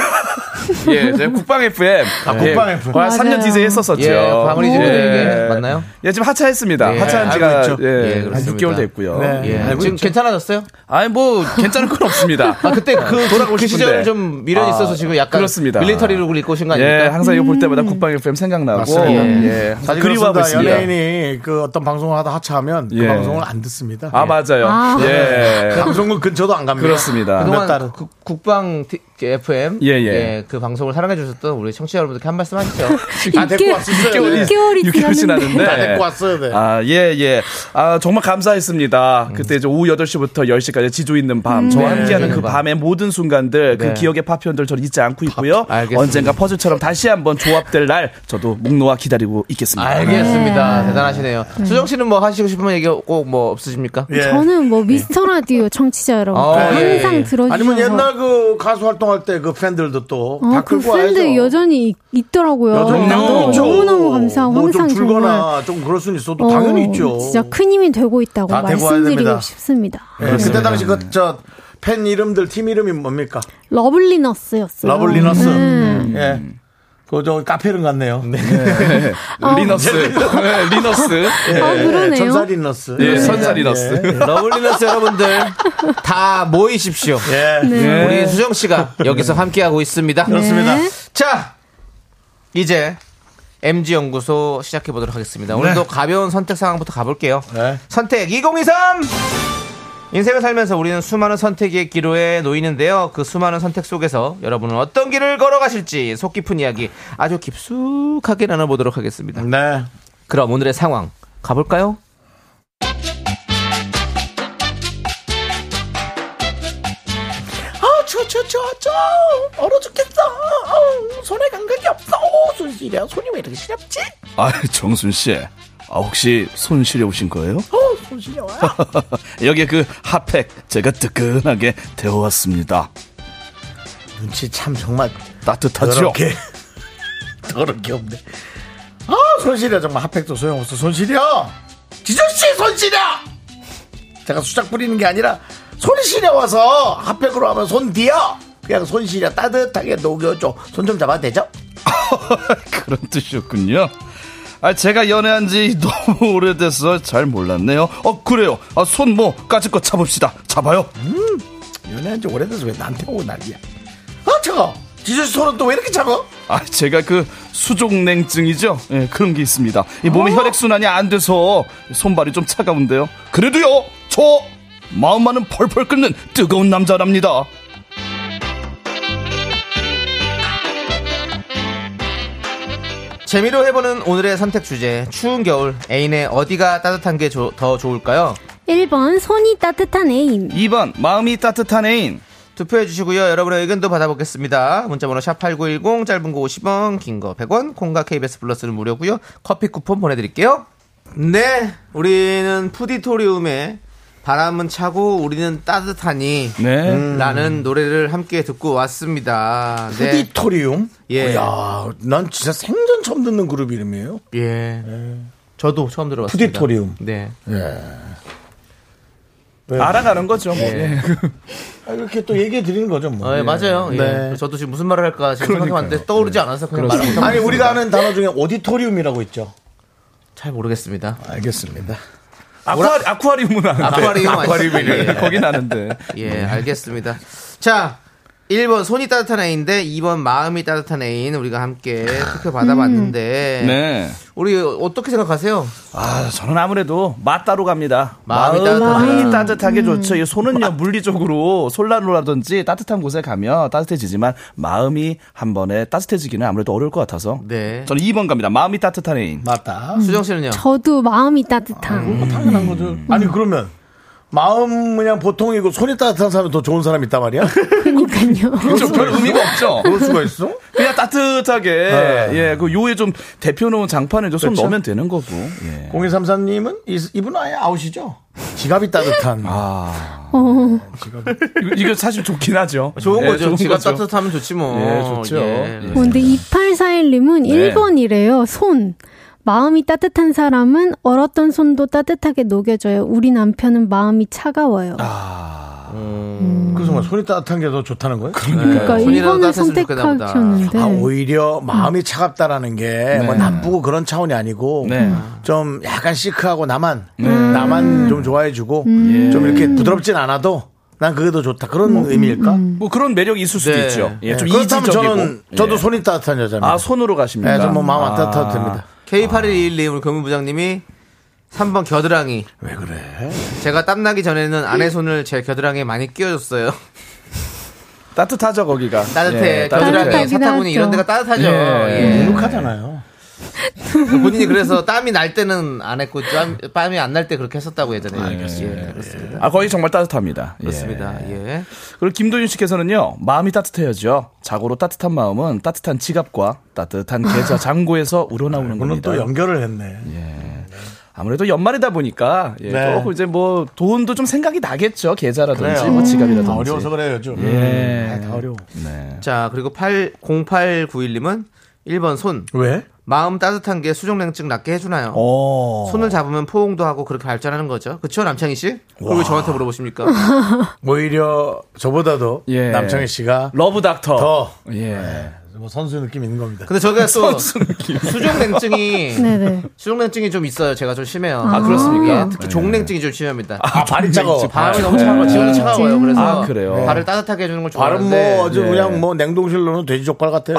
Speaker 8: 예, 저희 국방 FM.
Speaker 1: 아, 국방 FM.
Speaker 8: 한 3년
Speaker 7: 맞아요.
Speaker 8: DJ 했었었죠.
Speaker 2: 예, 방울이 지금
Speaker 8: 예.
Speaker 2: 되게 맞나요?
Speaker 8: 예, 지금 하차했습니다.
Speaker 2: 예,
Speaker 8: 하차한
Speaker 1: 알고
Speaker 8: 지가
Speaker 1: 있죠.
Speaker 2: 예,
Speaker 8: 예, 한
Speaker 2: 그렇습니다.
Speaker 8: 6개월 됐고요.
Speaker 1: 네.
Speaker 2: 예.
Speaker 1: 알고
Speaker 2: 지금 괜찮아졌어요?
Speaker 8: 아니 뭐 괜찮은 건 없습니다.
Speaker 2: 아, 그때 그, 그,
Speaker 8: 싶은데.
Speaker 2: 시절은 좀 미련이
Speaker 8: 아,
Speaker 2: 있어서 지금 약간
Speaker 8: 그렇습니다.
Speaker 2: 밀리터리로 굴릴 것인 거
Speaker 8: 예,
Speaker 2: 아닙니까?
Speaker 8: 항상 이거 볼 때마다 국방 FM 생각나고
Speaker 1: 맞습니다.
Speaker 8: 예, 항상
Speaker 1: 사실
Speaker 8: 그리워하고
Speaker 1: 그렇습니다.
Speaker 8: 있습니다.
Speaker 1: 연예인이 그 어떤 방송을 하다 하차하면 그
Speaker 8: 예.
Speaker 1: 방송을 안 듣습니다.
Speaker 8: 아 맞아요.
Speaker 7: 아.
Speaker 8: 예,
Speaker 1: 방송국 근처도 안 갑니다.
Speaker 8: 그렇습니다.
Speaker 1: 몇 달은.
Speaker 2: 그동안 국- 국방 티- FM
Speaker 8: 예,
Speaker 2: 예,
Speaker 8: 예.
Speaker 2: 그 방송을 사랑해 주셨던 우리 청취자 여러분들께 한 말씀 하시죠.
Speaker 1: 다 데리고 왔어요.
Speaker 7: 6개월이
Speaker 8: 6개월
Speaker 7: 지났는데.
Speaker 1: 다
Speaker 8: 지났는데
Speaker 1: 데리고 왔어야
Speaker 2: 네.
Speaker 1: 돼.
Speaker 8: 네. 아, 예, 예. 아, 정말 감사했습니다. 그때 이제 오후 8시부터 10시까지 지조 있는 밤, 저와 함께하는 그
Speaker 2: 그 밤.
Speaker 8: 밤의 모든 순간들, 그
Speaker 2: 네.
Speaker 8: 기억의 파편들 저는 잊지 않고 있고요.
Speaker 2: 알겠습니다.
Speaker 8: 언젠가 퍼즐처럼 다시 한번 조합될 날, 저도 목 놓아 기다리고 있겠습니다.
Speaker 2: 알겠습니다. 대단하시네요.
Speaker 8: 음.
Speaker 2: 수정 씨는 뭐 하시고 싶은 얘기 꼭 뭐 없으십니까?
Speaker 1: 예.
Speaker 7: 저는 뭐 미스터 라디오 청취자 여러분
Speaker 2: 아, 예,
Speaker 7: 항상
Speaker 2: 예.
Speaker 7: 들어주셔서
Speaker 1: 아니면 옛날 그 가수 활동할 때 그 팬들도 또 다
Speaker 7: 어, 그
Speaker 1: 끌고 와야죠.
Speaker 7: 팬들 여전히 있, 있더라고요.
Speaker 1: 여전히
Speaker 7: 너무,
Speaker 1: 있죠.
Speaker 7: 너무너무 감사하고
Speaker 1: 뭐좀
Speaker 7: 항상 정말
Speaker 1: 줄거나 좀 그럴 수는 있어도 당연히
Speaker 7: 어,
Speaker 1: 있죠.
Speaker 7: 진짜 큰 힘이 되고 있다고
Speaker 1: 다 되고 와야 됩니다.
Speaker 7: 말씀드리고 싶습니다.
Speaker 1: 예, 그때 당시 그 저 팬 이름들 팀 이름이 뭡니까?
Speaker 7: 러블리너스였어요.
Speaker 1: 러블리너스.
Speaker 7: 네.
Speaker 1: 예. 그저 카페 이름 같네요. 아.
Speaker 8: 리너스.
Speaker 1: 예.
Speaker 8: 네, 리너스.
Speaker 7: 아 그러네요.
Speaker 1: 천사 리너스.
Speaker 8: 예, 선사 리너스.
Speaker 2: 러블리너스 여러분들 다 모이십시오.
Speaker 1: 예.
Speaker 2: 우리 수정 씨가 여기서 함께하고 있습니다. 네.
Speaker 1: 그렇습니다.
Speaker 2: 자, 이제 MG 연구소 시작해 보도록 하겠습니다. 오늘도 가벼운 선택 상황부터 가볼게요.
Speaker 1: 네.
Speaker 2: 선택 2023. 인생을 살면서 우리는 수많은 선택의 기로에 놓이는데요. 그 수많은 선택 속에서 여러분은 어떤 길을 걸어가실지 속 깊은 이야기 아주 깊숙하게 나눠보도록 하겠습니다.
Speaker 1: 네.
Speaker 2: 그럼 오늘의 상황 가볼까요?
Speaker 8: 아, 정순 씨. 아, 혹시 손 시려 오신 거예요? 어, 손 시려 와요? 여기 그 핫팩 제가 뜨끈하게 데워왔습니다.
Speaker 1: 눈치 참 정말
Speaker 8: 아, 따뜻하죠?
Speaker 1: 더럽게 더럽게 없네. 아 손실이야 정말 핫팩도 소용없어 손실이야. 지저씨 손실이야. 제가 수작 부리는 게 아니라 손이 시려 와서 핫팩으로 하면 손 뒤야. 그냥 손실이야 따뜻하게 녹여줘. 손 좀 잡아도 되죠?
Speaker 8: 그런 뜻이었군요. 아, 제가 연애한 지 너무 오래돼서 잘 몰랐네요. 어, 그래요. 아, 손 뭐, 까짓거 잡읍시다. 잡아요.
Speaker 1: 음, 연애한 지 오래돼서 왜 나한테 오고 난리야. 아 차가. 지저씨 손은 또 왜 이렇게 차가?
Speaker 8: 아, 제가 그 수족냉증이죠? 예, 그런 게 있습니다. 이 몸에
Speaker 1: 어?
Speaker 8: 혈액순환이 안 돼서 손발이 좀 차가운데요. 그래도요, 저 마음만은 펄펄 끓는 뜨거운 남자랍니다.
Speaker 2: 재미로 해보는 오늘의 선택 주제 추운 겨울 애인의 어디가 따뜻한 게 더 좋을까요?
Speaker 7: 1번 손이 따뜻한 애인.
Speaker 8: 2번, 마음이 따뜻한 애인.
Speaker 2: 투표해 주시고요. 여러분의 의견도 받아보겠습니다. 문자번호 샵8910 짧은 거 50원 긴 거 100원 콩과 KBS 플러스는 무료고요. 커피 쿠폰 보내드릴게요. 네 우리는 푸디토리움에 바람은 차고 우리는 따뜻하니
Speaker 8: 네.
Speaker 2: 음. 라는 노래를 함께 듣고 왔습니다. 네.
Speaker 1: 푸디토리움.
Speaker 2: 예.
Speaker 1: 야, 아, 난 진짜 생전 처음 듣는 그룹 이름이에요.
Speaker 2: 예. 저도 처음 들어봤습니다.
Speaker 1: 푸디토리움.
Speaker 2: 네.
Speaker 8: 알아가는 거죠,
Speaker 1: 네.
Speaker 8: 뭐.
Speaker 1: 아, 이렇게 또 얘기해 드리는 거죠, 뭐.
Speaker 2: 어, 예, 맞아요. 예. 저도 지금 무슨 말을 할까 지금 생각하는데 떠오르지 않아서 그냥 말을 못하고
Speaker 1: 아니
Speaker 2: 있습니다.
Speaker 1: 우리가 아는 단어 중에 오디토리움이라고 있죠.
Speaker 2: 잘 모르겠습니다.
Speaker 1: 알겠습니다.
Speaker 8: 아쿠아, 아쿠아리움은 아는데.
Speaker 2: 아쿠아리움 아시죠?
Speaker 8: 아쿠아리움이래.
Speaker 2: 예.
Speaker 8: 거긴 아는데.
Speaker 2: 예, 알겠습니다. 자, 1번 손이 따뜻한 애인데 2번 마음이 따뜻한 애인 우리가 함께 투표 받아봤는데
Speaker 1: 예.
Speaker 8: 네.
Speaker 2: 우리 어떻게 생각하세요?
Speaker 8: 아, 저는 아무래도 맞다로 갑니다.
Speaker 2: 마음이 따뜻하다.
Speaker 8: 따뜻하게 좋죠. 이 손은요 물리적으로 솔라로라든지 따뜻한 곳에 가면 따뜻해지지만 마음이 한 번에 따뜻해지기는 아무래도 어려울 것 같아서
Speaker 2: 네.
Speaker 8: 저는 2번 갑니다. 마음이 따뜻한 애인.
Speaker 1: 맞다.
Speaker 2: 수정 씨는요?
Speaker 7: 저도 마음이 따뜻한.
Speaker 1: 당연한 거죠. 아니 그러면 마음 그냥 보통이고 손이 따뜻한 사람이 더 좋은 사람이 있단 말이야?
Speaker 7: 그러니까요.
Speaker 8: 좀 별 의미가 없죠.
Speaker 1: 그럴 수가 있어?
Speaker 8: 그냥 따뜻하게
Speaker 1: 네.
Speaker 8: 예 그 요에 좀 대표놓은 장판에 좀 손
Speaker 1: 그렇죠.
Speaker 8: 넣으면 되는 거고. 예.
Speaker 1: 0233님은 이분 아예 아웃이죠? 지갑이 따뜻한.
Speaker 8: 아.
Speaker 7: 어,
Speaker 8: 이거- 이거 사실 좋긴 하죠.
Speaker 2: 좋은
Speaker 8: 예,
Speaker 2: 거죠. 지갑
Speaker 8: 거죠.
Speaker 2: 따뜻하면 좋지 뭐.
Speaker 8: 예, 좋죠.
Speaker 2: 예.
Speaker 7: 어, 근데 2841님은 1번이래요. 손. 마음이 따뜻한 사람은 얼었던 손도 따뜻하게 녹여줘요. 우리 남편은 마음이 차가워요.
Speaker 1: 그래서 뭐 손이 따뜻한 게 더 좋다는 거예요?
Speaker 7: 그러니까
Speaker 2: 손이라도
Speaker 7: 이번을
Speaker 2: 따뜻했으면 좋겠나 보다.
Speaker 7: 선택하셨는데.
Speaker 1: 아, 오히려 마음이 차갑다라는 게 뭐 나쁘고 그런 차원이 아니고
Speaker 8: 네.
Speaker 1: 좀 약간 시크하고 나만 나만 좀 좋아해주고 좀 이렇게 부드럽진 않아도 난 그게 더 좋다 그런 의미일까?
Speaker 8: 뭐 그런 매력이 있을 수도
Speaker 2: 네.
Speaker 8: 있죠. 예, 좀
Speaker 1: 그렇다면
Speaker 8: 이지적이고.
Speaker 1: 저는 저도
Speaker 8: 예.
Speaker 1: 손이 따뜻한 여자입니다.
Speaker 8: 아 손으로 아. 가십니까?
Speaker 1: 네, 저뭐 마음 안 따뜻해도 됩니다.
Speaker 2: K8121님 우리 교무부장님이 3번 겨드랑이.
Speaker 1: 왜 그래?
Speaker 2: 제가 땀나기 전에는 아내 손을 제 겨드랑이에 많이 끼워줬어요.
Speaker 8: 따뜻하죠 거기가.
Speaker 2: 따뜻해.
Speaker 8: 예,
Speaker 2: 겨드랑이,
Speaker 7: 따뜻하긴
Speaker 2: 사타구니 이런 데가 따뜻하죠. 예.
Speaker 1: 노력하잖아요.
Speaker 2: 본인이 그래서 땀이 날 때는 안 했고 땀, 땀이 안 날 때 그렇게 했었다고 예전에. 알겠습니다. 예, 그렇습니다.
Speaker 8: 아 거기 정말 따뜻합니다. 예.
Speaker 2: 그렇습니다. 예.
Speaker 8: 그리고 김도윤 씨께서는요 마음이 따뜻해야죠. 자고로 따뜻한 마음은 따뜻한 지갑과 따뜻한 계좌 잔고에서 우러나오는
Speaker 1: 오늘
Speaker 8: 겁니다.
Speaker 1: 아, 또 연결을 했네.
Speaker 8: 아무래도 연말이다 보니까 예,
Speaker 1: 네.
Speaker 8: 조금 이제 뭐 돈도 좀 생각이 나겠죠 계좌라든지 뭐 지갑이라든지.
Speaker 1: 다 어려워서 그래요, 요즘.
Speaker 8: 예.
Speaker 1: 아, 다 어려워.
Speaker 2: 자, 그리고 8, 0891님은 1번 손.
Speaker 1: 왜?
Speaker 2: 마음 따뜻한 게 수족냉증 낫게 해주나요?
Speaker 1: 어.
Speaker 2: 손을 잡으면 포옹도 하고 그렇게 발전하는 거죠. 그쵸, 남창희 씨? 그걸 왜 저한테 물어보십니까?
Speaker 1: 오히려 저보다도
Speaker 8: 예.
Speaker 1: 남창희 씨가
Speaker 8: 러브 닥터.
Speaker 1: 더
Speaker 8: 예.
Speaker 1: 뭐 선수 느낌 있는 겁니다.
Speaker 2: 근데 저게 또 수족냉증이
Speaker 7: 네네.
Speaker 2: 수족냉증이 좀 있어요. 제가 좀 심해요.
Speaker 8: 아, 그렇습니까?
Speaker 2: 예, 특히 종냉증이 좀 심합니다.
Speaker 1: 아, 발이 차가워.
Speaker 2: 발음이 어, 너무 차가워. 지금도 차가워요. 그래서
Speaker 8: 아, 그래요?
Speaker 2: 발을 따뜻하게 해주는 걸
Speaker 1: 발은
Speaker 2: 좋아하는데
Speaker 1: 뭐 아주
Speaker 8: 예.
Speaker 1: 그냥 뭐 냉동실 넣는 돼지족발 같아요.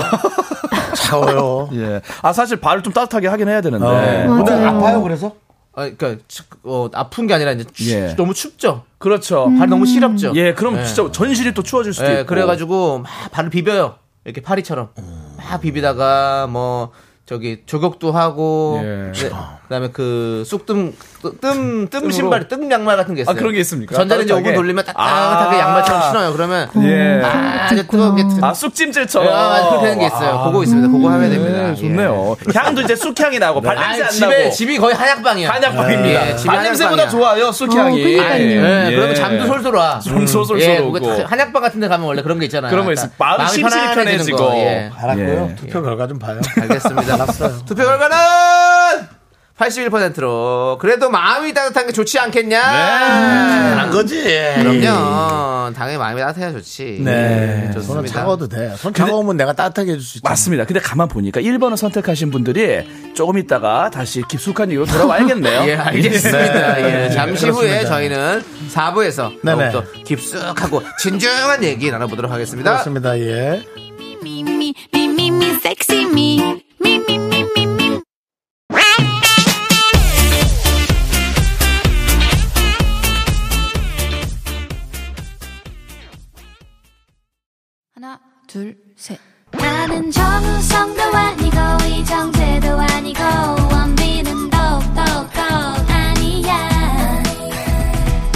Speaker 1: 차가워요.
Speaker 8: 예. 아 사실 발을 좀 따뜻하게 하긴 해야 되는데.
Speaker 1: 근데
Speaker 7: 맞아요.
Speaker 1: 아파요 그래서?
Speaker 2: 아, 그러니까 추- 어, 아픈 게 아니라 이제 추-
Speaker 8: 예.
Speaker 2: 너무 춥죠.
Speaker 8: 그렇죠.
Speaker 2: 발이 너무 시렵죠.
Speaker 8: 예, 그럼 진짜 전신이 또 추워질 수도
Speaker 2: 예,
Speaker 8: 있고.
Speaker 2: 그래가지고 막 발을 비벼요. 이렇게 파리처럼 막 비비다가 뭐 저기 조격도 하고
Speaker 8: 예.
Speaker 2: 네, 그다음에 그 쑥뜸 뜸, 뜸 신발 뜸 양말 같은 게 있어요.
Speaker 8: 아, 그런 게 있습니까?
Speaker 2: 전자레인지
Speaker 8: 따뜻하게?
Speaker 2: 5분 돌리면 따뜻하게
Speaker 8: 아.
Speaker 2: 양말처럼 신어요. 그러면
Speaker 8: 예.
Speaker 2: 아주 뜨겁게 뜨-
Speaker 8: 아
Speaker 2: 음. 아,
Speaker 8: 쑥찜질처럼.
Speaker 2: 아, 그렇게 되는 게 있어요. 그거 있습니다. 그거 하면 됩니다.
Speaker 8: 네, 좋네요. 향도 이제 쑥향이 나고
Speaker 2: 예. 아,
Speaker 8: 발냄새 안
Speaker 2: 집에
Speaker 8: 나고. 아, 네.
Speaker 2: 집이 거의 한약방이야.
Speaker 8: 한약방입니다. 아,
Speaker 2: 예, 집이
Speaker 8: 발냄새보다
Speaker 2: 한약방이야.
Speaker 8: 좋아요 쑥향이.
Speaker 7: 어, 그러니까요.
Speaker 2: 예,
Speaker 8: 예.
Speaker 2: 그러면 잠도 솔솔 와.
Speaker 8: 좀 솔솔
Speaker 2: 예,
Speaker 8: 오고.
Speaker 2: 그게 다- 한약방 같은 데 가면 원래 그런 게 있잖아요.
Speaker 8: 그런 거 있어요. 마음이 심심히
Speaker 2: 편안해지는 거.
Speaker 8: 편해지고.
Speaker 2: 예.
Speaker 1: 알았고요.
Speaker 8: 예.
Speaker 1: 투표 결과 좀 봐요.
Speaker 2: 알겠습니다. 투표 결과는 81%로 그래도 마음이 따뜻한 게 좋지 않겠냐? 아,
Speaker 1: 아, 안 거지.
Speaker 2: 그럼요. 당연히 마음이 따뜻해야 좋지.
Speaker 1: 네. 손은
Speaker 2: 예, 좋습니다.
Speaker 1: 차가워도 돼. 손 차가우면 내가 따뜻하게 해줄 수 있지.
Speaker 8: 맞습니다. 근데 가만 보니까 1번을 선택하신 분들이 조금 있다가 다시 깊숙한 얘기로 돌아와야겠네요.
Speaker 2: 예, 알겠습니다.
Speaker 1: 네.
Speaker 2: 예, 잠시 후에
Speaker 1: 그렇습니다.
Speaker 2: 저희는 4부에서
Speaker 1: 네네.
Speaker 2: 더욱더 깊숙하고 진중한 얘기 나눠보도록 하겠습니다.
Speaker 1: 그렇습니다. 예.
Speaker 5: Me, me, me, me, me, sexy me. Me, me, me, me, me. 하나, 둘, 셋. 나는 정우성도 아니고, 이정재도 아니고, 원빈은 더욱더 아니야.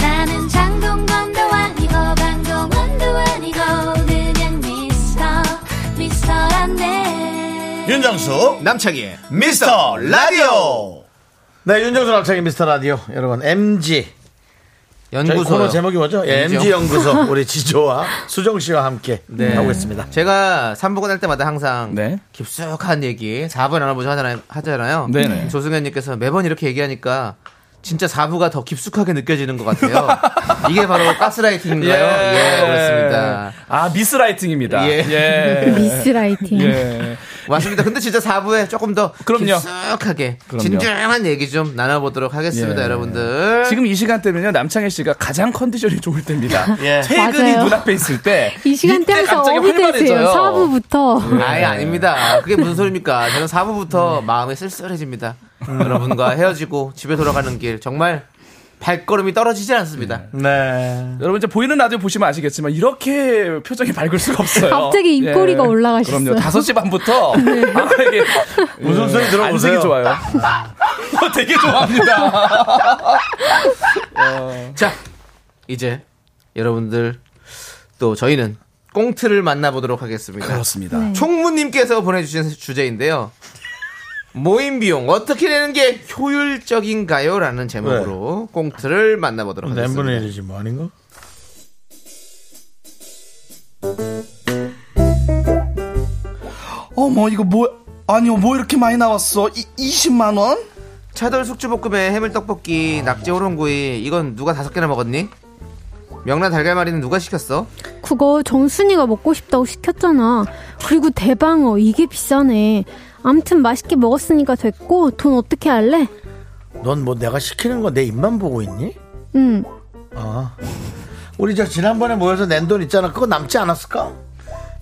Speaker 5: 나는 장동건도 아니고 방종원도 아니고 그냥 미스터 미스터란데
Speaker 1: 윤정수
Speaker 2: 남창희의
Speaker 1: 미스터 라디오. 네, 윤정수 남창의 미스터 라디오. 여러분, MG. 저희
Speaker 2: 연구소
Speaker 1: 그 코너 제목이 뭐죠? 예, MG 연구소. 우리 지조와 수정 씨와 함께
Speaker 2: 네.
Speaker 1: 하고 있습니다.
Speaker 2: 제가 3부가 날 때마다 항상
Speaker 8: 네.
Speaker 2: 깊숙한 얘기 4부 나눠보자 하잖아요. 하잖아요.
Speaker 8: 네네.
Speaker 2: 조승현님께서 매번 이렇게 얘기하니까 진짜 4부가 더 깊숙하게 느껴지는 것 같아요. 이게 바로 가스라이팅인가요?
Speaker 8: 네,
Speaker 2: 예, 그렇습니다.
Speaker 8: 아, 미스라이팅입니다.
Speaker 2: 예.
Speaker 8: 예.
Speaker 7: 그 미스라이팅.
Speaker 8: 예.
Speaker 2: 맞습니다. 근데 진짜 4부에 조금 더
Speaker 8: 그럼요.
Speaker 2: 깊숙하게
Speaker 8: 그럼요.
Speaker 2: 진정한 얘기 좀 나눠보도록 하겠습니다,
Speaker 8: 예.
Speaker 2: 여러분들.
Speaker 8: 지금 이 시간대면요 남창희 씨가 가장 컨디션이 좋을 때입니다. 퇴근이
Speaker 7: 맞아요.
Speaker 8: 눈앞에 있을 때.
Speaker 7: 이 시간대
Speaker 8: 이때
Speaker 7: 항상
Speaker 8: 갑자기
Speaker 7: 업이 되세요.
Speaker 8: 활발해져요.
Speaker 7: 사부부터.
Speaker 2: 아예 아닙니다. 그게 무슨 소리입니까? 저는 4부부터 마음이 쓸쓸해집니다. 여러분과 헤어지고 집에 돌아가는 길 정말 발걸음이 떨어지지 않습니다.
Speaker 1: 네.
Speaker 8: 여러분 이제 보이는 라디오 보시면 아시겠지만 이렇게 표정이 밝을 수가 없어요. 예.
Speaker 7: 갑자기 입꼬리가 올라가셨어요. 네.
Speaker 8: 그럼요. 5시 반부터 아, 이게 예.
Speaker 1: 무슨 소리 들어보세요.
Speaker 8: 안색이 좋아요. 어, 되게 좋아합니다.
Speaker 2: 자, 이제 여러분들 또 저희는 꽁트를 만나보도록 하겠습니다.
Speaker 8: 그렇습니다.
Speaker 2: 총무님께서 보내주신 주제인데요. 모임 비용 어떻게 내는 게 효율적인가요? 라는 제목으로 꽁트를 만나보도록
Speaker 1: 낸분의
Speaker 2: 하겠습니다.
Speaker 1: 일이지 뭐 아닌가?
Speaker 8: 어머 이거 뭐 아니요 뭐 이렇게 많이 나왔어? 이 20만 원?
Speaker 2: 차돌 숙주볶음에 해물떡볶이, 낙지 호롱구이, 이건 누가 다섯 개나 먹었니? 명란 달걀말이는 누가 시켰어?
Speaker 7: 그거 정순이가 먹고 싶다고 시켰잖아. 그리고 대방어 이게 비싸네. 암튼 맛있게 먹었으니까 됐고 돈 어떻게 할래?
Speaker 1: 넌 뭐 내가 시키는 거 내 입만 보고 있니?
Speaker 7: 응.
Speaker 1: 아. 우리 저 지난번에 모여서 낸 돈 있잖아. 그거 남지 않았을까?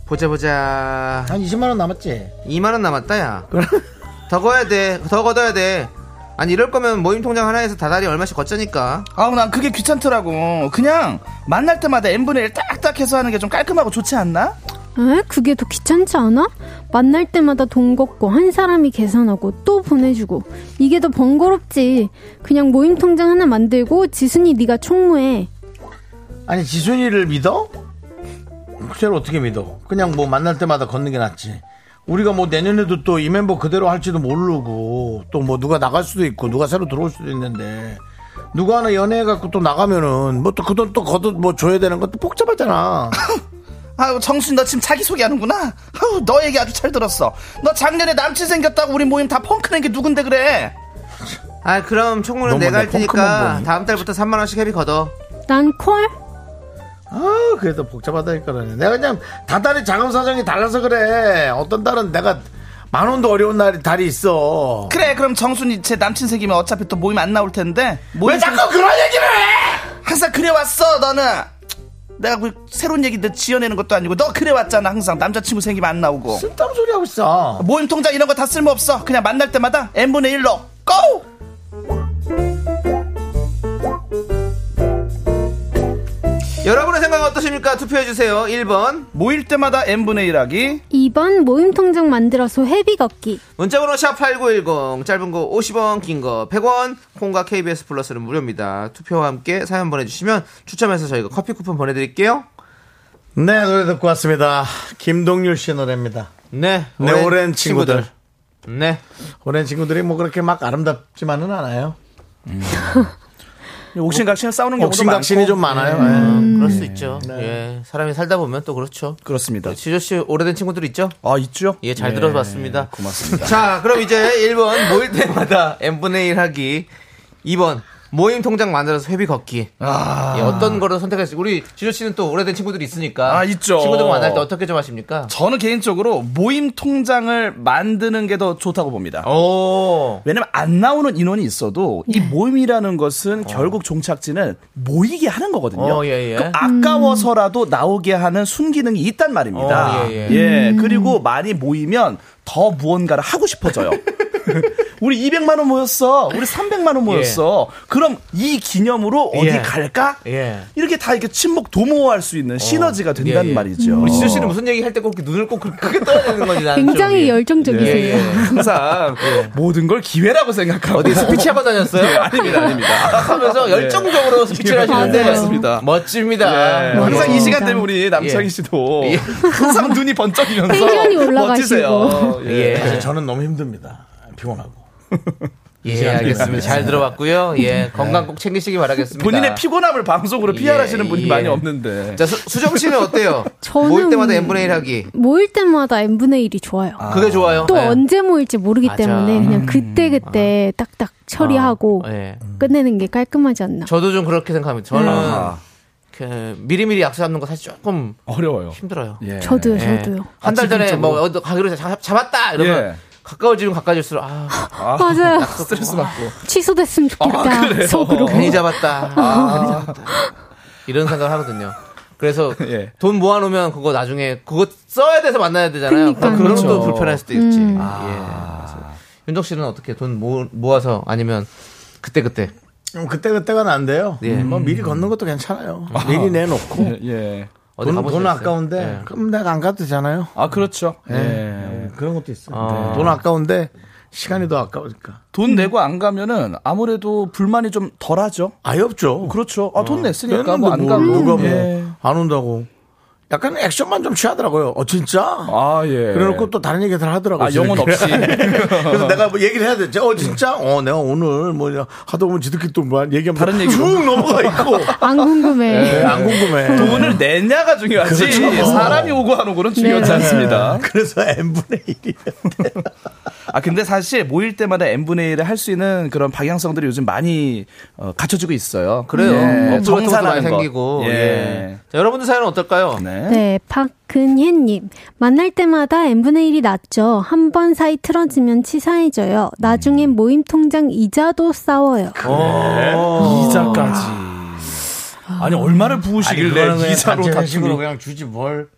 Speaker 2: 보자 보자.
Speaker 1: 한 20만 원 남았지.
Speaker 2: 2만 원 남았다 야. 더 거야 돼. 더 걷어야 돼. 아니 이럴 거면 모임 통장 하나에서 다달이 얼마씩 걷자니까.
Speaker 8: 아우 난 그게 귀찮더라고. 그냥 만날 때마다 n분의 1 딱딱해서 하는 게 좀 깔끔하고 좋지 않나?
Speaker 7: 에? 그게 더 귀찮지 않아? 만날 때마다 돈 걷고 한 사람이 계산하고 또 보내주고 이게 더 번거롭지. 그냥 모임 통장 하나 만들고 지순이 네가 총무해.
Speaker 1: 아니 지순이를 믿어? 쟤를 어떻게 믿어? 그냥 뭐 만날 때마다 걷는 게 낫지. 우리가 뭐 내년에도 또 이 멤버 그대로 할지도 모르고 또 뭐 누가 나갈 수도 있고 누가 새로 들어올 수도 있는데 누가 하나 연애해 갖고 또 나가면은 뭐 또 그 돈 또 거둬 뭐 줘야 되는 것도 복잡하잖아.
Speaker 8: 아우 정순 너 지금 자기 소개하는구나. 아우 너 얘기 아주 잘 들었어. 너 작년에 남친 생겼다고 우리 모임 다 펑크낸 게 누군데 그래?
Speaker 2: 아 그럼 총무는
Speaker 1: 너무
Speaker 2: 내가
Speaker 1: 내
Speaker 2: 할
Speaker 1: 펑크만
Speaker 2: 테니까
Speaker 1: 보니?
Speaker 2: 다음 달부터 3만 원씩 회비 걷어.
Speaker 7: 난 콜?
Speaker 1: 아 그래도 복잡하다니까 나는. 내가 그냥 다달이 자금 사정이 달라서 그래. 어떤 달은 내가 만 원도 어려운 날이 달이 있어.
Speaker 8: 그래 그럼 정순이 제 남친 생기면 어차피 또 모임 안 나올 텐데. 모임
Speaker 1: 왜 자꾸 그런 얘기를 해?
Speaker 8: 항상 그래 왔어 너는. 내가 그 새로운 얘기 내 지어내는 것도 아니고 너 그래 왔잖아 항상 남자친구 생기면 안 나오고.
Speaker 1: 쓸데없는 소리 하고 있어.
Speaker 8: 모임 통장 이런 거 다 쓸모없어. 그냥 만날 때마다 n분의 1로 고!
Speaker 2: 여러분의 생각은 어떠십니까? 투표해 주세요. 1번
Speaker 8: 모일 때마다 n분의 1 하기
Speaker 7: 2번 모임 통장 만들어서 회비 걷기.
Speaker 2: 문자번호 샵8910 짧은 거 50원 긴 거 100원 콩과 KBS 플러스는 무료입니다. 투표와 함께 사연 보내주시면 추첨해서 저희가 커피 쿠폰 보내드릴게요.
Speaker 1: 네 노래 듣고 왔습니다. 김동률 씨 노래입니다.
Speaker 2: 네.
Speaker 1: 내 오랜 친구들.
Speaker 2: 네.
Speaker 1: 오랜 친구들이 뭐 그렇게 막 아름답지만은 않아요.
Speaker 8: 옥신각신 싸우는 경우도 많고 네.
Speaker 1: 옥신각신이 좀 많아요. 예.
Speaker 2: 음, 그럴 수 있죠. 예. 사람이 살다 보면 또 그렇죠.
Speaker 8: 그렇습니다.
Speaker 2: 지조 씨 오래된 친구들 있죠?
Speaker 8: 아 있죠?
Speaker 2: 예, 잘 들어봤습니다.
Speaker 8: 고맙습니다.
Speaker 2: 자, 그럼 이제 1번 모일 때마다 n분의 1 하기. 2번 모임 통장 만들어서 회비 걷기. 예, 어떤 거를 선택할지. 우리 지조 씨는 또 오래된 친구들이 있으니까.
Speaker 8: 아, 있죠.
Speaker 2: 친구들 만날 때 어떻게 좀 하십니까?
Speaker 8: 저는 개인적으로 모임 통장을 만드는 게 더 좋다고 봅니다.
Speaker 2: 오.
Speaker 8: 왜냐면 안 나오는 인원이 있어도 이 모임이라는 것은 결국 종착지는 모이게 하는 거거든요.
Speaker 2: 어, 예, 예.
Speaker 8: 그 아까워서라도 나오게 하는 순기능이 있단 말입니다.
Speaker 2: 어, 예, 예.
Speaker 8: 그리고 많이 모이면 더 무언가를 하고 싶어져요. 우리 200만 원 모였어. 우리 300만 원 모였어. 그럼 이 기념으로 어디
Speaker 2: 예.
Speaker 8: 갈까?
Speaker 2: 예. 어.
Speaker 8: 이렇게 다 이렇게 친목 도모할 수 있는 시너지가 된단
Speaker 2: 예, 예.
Speaker 8: 말이죠.
Speaker 2: 우리 지조 씨는 무슨 얘기 할 때 꼭 눈을 꼭 크게 떠야 되는 건지 나는 좀
Speaker 7: 굉장히
Speaker 2: 이해.
Speaker 7: 열정적이세요.
Speaker 2: 아, 예, 예.
Speaker 8: 항상 모든 걸 기회라고 생각하고
Speaker 2: 어디 스피치 하고 다녔어요?
Speaker 8: 네, 아닙니다, 아닙니다. 네.
Speaker 2: 하면서 열정적으로 스피치를 하시는데
Speaker 7: 네,
Speaker 8: 맞습니다.
Speaker 2: 멋집니다.
Speaker 8: 예,
Speaker 2: 뭐
Speaker 8: 항상
Speaker 7: 어.
Speaker 8: 이 시간 되면 우리 남창희
Speaker 2: 예.
Speaker 8: 씨도 항상 눈이 번쩍이면서
Speaker 7: 텐션이 올라가시고.
Speaker 8: 멋지세요. 예.
Speaker 2: 예.
Speaker 1: 사실 저는 너무 힘듭니다. 피곤하고.
Speaker 2: 예, 알겠습니다. 잘 들어봤고요. 예, 건강 꼭 챙기시기 바라겠습니다.
Speaker 8: 본인의 피곤함을 방송으로 피하시는 분이
Speaker 2: 예.
Speaker 8: 많이 없는데.
Speaker 2: 자, 수, 정 씨는 어때요?
Speaker 7: 저는-
Speaker 2: 모일 때마다 n분의 1 하기.
Speaker 7: 모일 때마다 n분의 1이 좋아요.
Speaker 2: 그게 좋아요.
Speaker 7: 또
Speaker 2: 예.
Speaker 7: 언제 모일지 모르기
Speaker 2: 맞아.
Speaker 7: 때문에 그냥 그때 그때 딱딱 처리하고
Speaker 2: 예.
Speaker 7: 끝내는 게 깔끔하지 않나.
Speaker 2: 저도 좀 그렇게 생각합니다. 저는
Speaker 8: 아하.
Speaker 2: 그 미리미리 약속 잡는 거 사실 조금
Speaker 8: 음. 어려워요.
Speaker 2: 힘들어요.
Speaker 8: 예.
Speaker 7: 저도요,
Speaker 2: 예.
Speaker 7: 저도요.
Speaker 2: 한 달 전에 뭐 어디 가기로 잡, 잡았다 이러면
Speaker 8: 예.
Speaker 2: 가까워지면 가까워질수록 아,
Speaker 7: 맞아요.
Speaker 8: 스트레스 받고.
Speaker 7: 취소됐으면 좋겠다. 속으로.
Speaker 2: 괜히 잡았다. 아. 괜히 잡았다. 이런 생각을 하거든요. 그래서
Speaker 8: 예.
Speaker 2: 돈 모아놓으면 그거 나중에 그거 써야 돼서 만나야 되잖아요.
Speaker 7: 그러니까요. 음.
Speaker 2: 그럼 또
Speaker 8: 그렇죠.
Speaker 2: 불편할 수도 있지. 예. 그래서 윤정 씨는 어떻게 돈 모, 모아서 아니면 그때 그때
Speaker 1: 음, 그때그때가 난데요.
Speaker 2: 예.
Speaker 1: 음, 뭐 미리 걷는 것도 괜찮아요. 미리 내놓고.
Speaker 8: 예.
Speaker 2: 어디
Speaker 1: 돈,
Speaker 2: 가보셨어요?
Speaker 1: 돈 아까운데
Speaker 2: 예.
Speaker 1: 그럼 내가 안 가도 되잖아요.
Speaker 8: 아, 그렇죠. 예.
Speaker 1: 네, 그런 것도 있어요. 돈 아까운데 시간이 더 아까우니까.
Speaker 8: 돈 내고 안 가면은 아무래도 불만이 좀 덜하죠.
Speaker 1: 아예 없죠.
Speaker 8: 그렇죠. 아, 돈 냈으니까
Speaker 1: 뺐는데
Speaker 8: 뭐 안
Speaker 1: 뭘,
Speaker 8: 가고.
Speaker 1: 누가 뭐,
Speaker 8: 예.
Speaker 1: 안 온다고. 약간 액션만 좀 취하더라고요. 어, 진짜?
Speaker 8: 아, 예.
Speaker 1: 그래놓고 또 다른 얘기들 하더라고요.
Speaker 8: 아, 영혼 없이.
Speaker 1: 그래서 내가 뭐 얘기를 해야 되지. 어, 진짜? 어, 내가 오늘 뭐 하다 보면 지들끼리 또뭐 얘기하면
Speaker 8: 다른 얘기로. 예.
Speaker 1: 쭉 넘어가 있고.
Speaker 7: 안 궁금해.
Speaker 1: 네, 안 궁금해.
Speaker 8: 그 돈을 내냐가 중요하지.
Speaker 1: 그렇죠.
Speaker 8: 사람이 오고 안 오고는 중요하지
Speaker 7: 네.
Speaker 8: 않습니다.
Speaker 1: 그래서 n분의 1이에요.
Speaker 8: 아 근데 사실 모일 때마다 n분의 1을 할 수 있는 그런 방향성들이 요즘 많이 어, 갖춰지고 있어요. 뭐
Speaker 2: 그래요. 업무 같은 것도 네. 많이
Speaker 8: 정산하는 음. 거.
Speaker 2: 생기고.
Speaker 8: 예.
Speaker 2: 예. 자, 여러분들 사연은 어떨까요?
Speaker 8: 네.
Speaker 7: 네, 박근혜님. 만날 때마다 n분의 1이 낮죠. 한 번 사이 틀어지면 치사해져요. 나중엔 모임 통장 이자도 싸워요.
Speaker 2: 어.
Speaker 8: 이자까지. 아니 얼마를 부으시길래 이자로
Speaker 1: 식으로
Speaker 8: 다치고
Speaker 1: 그냥 주지 뭘.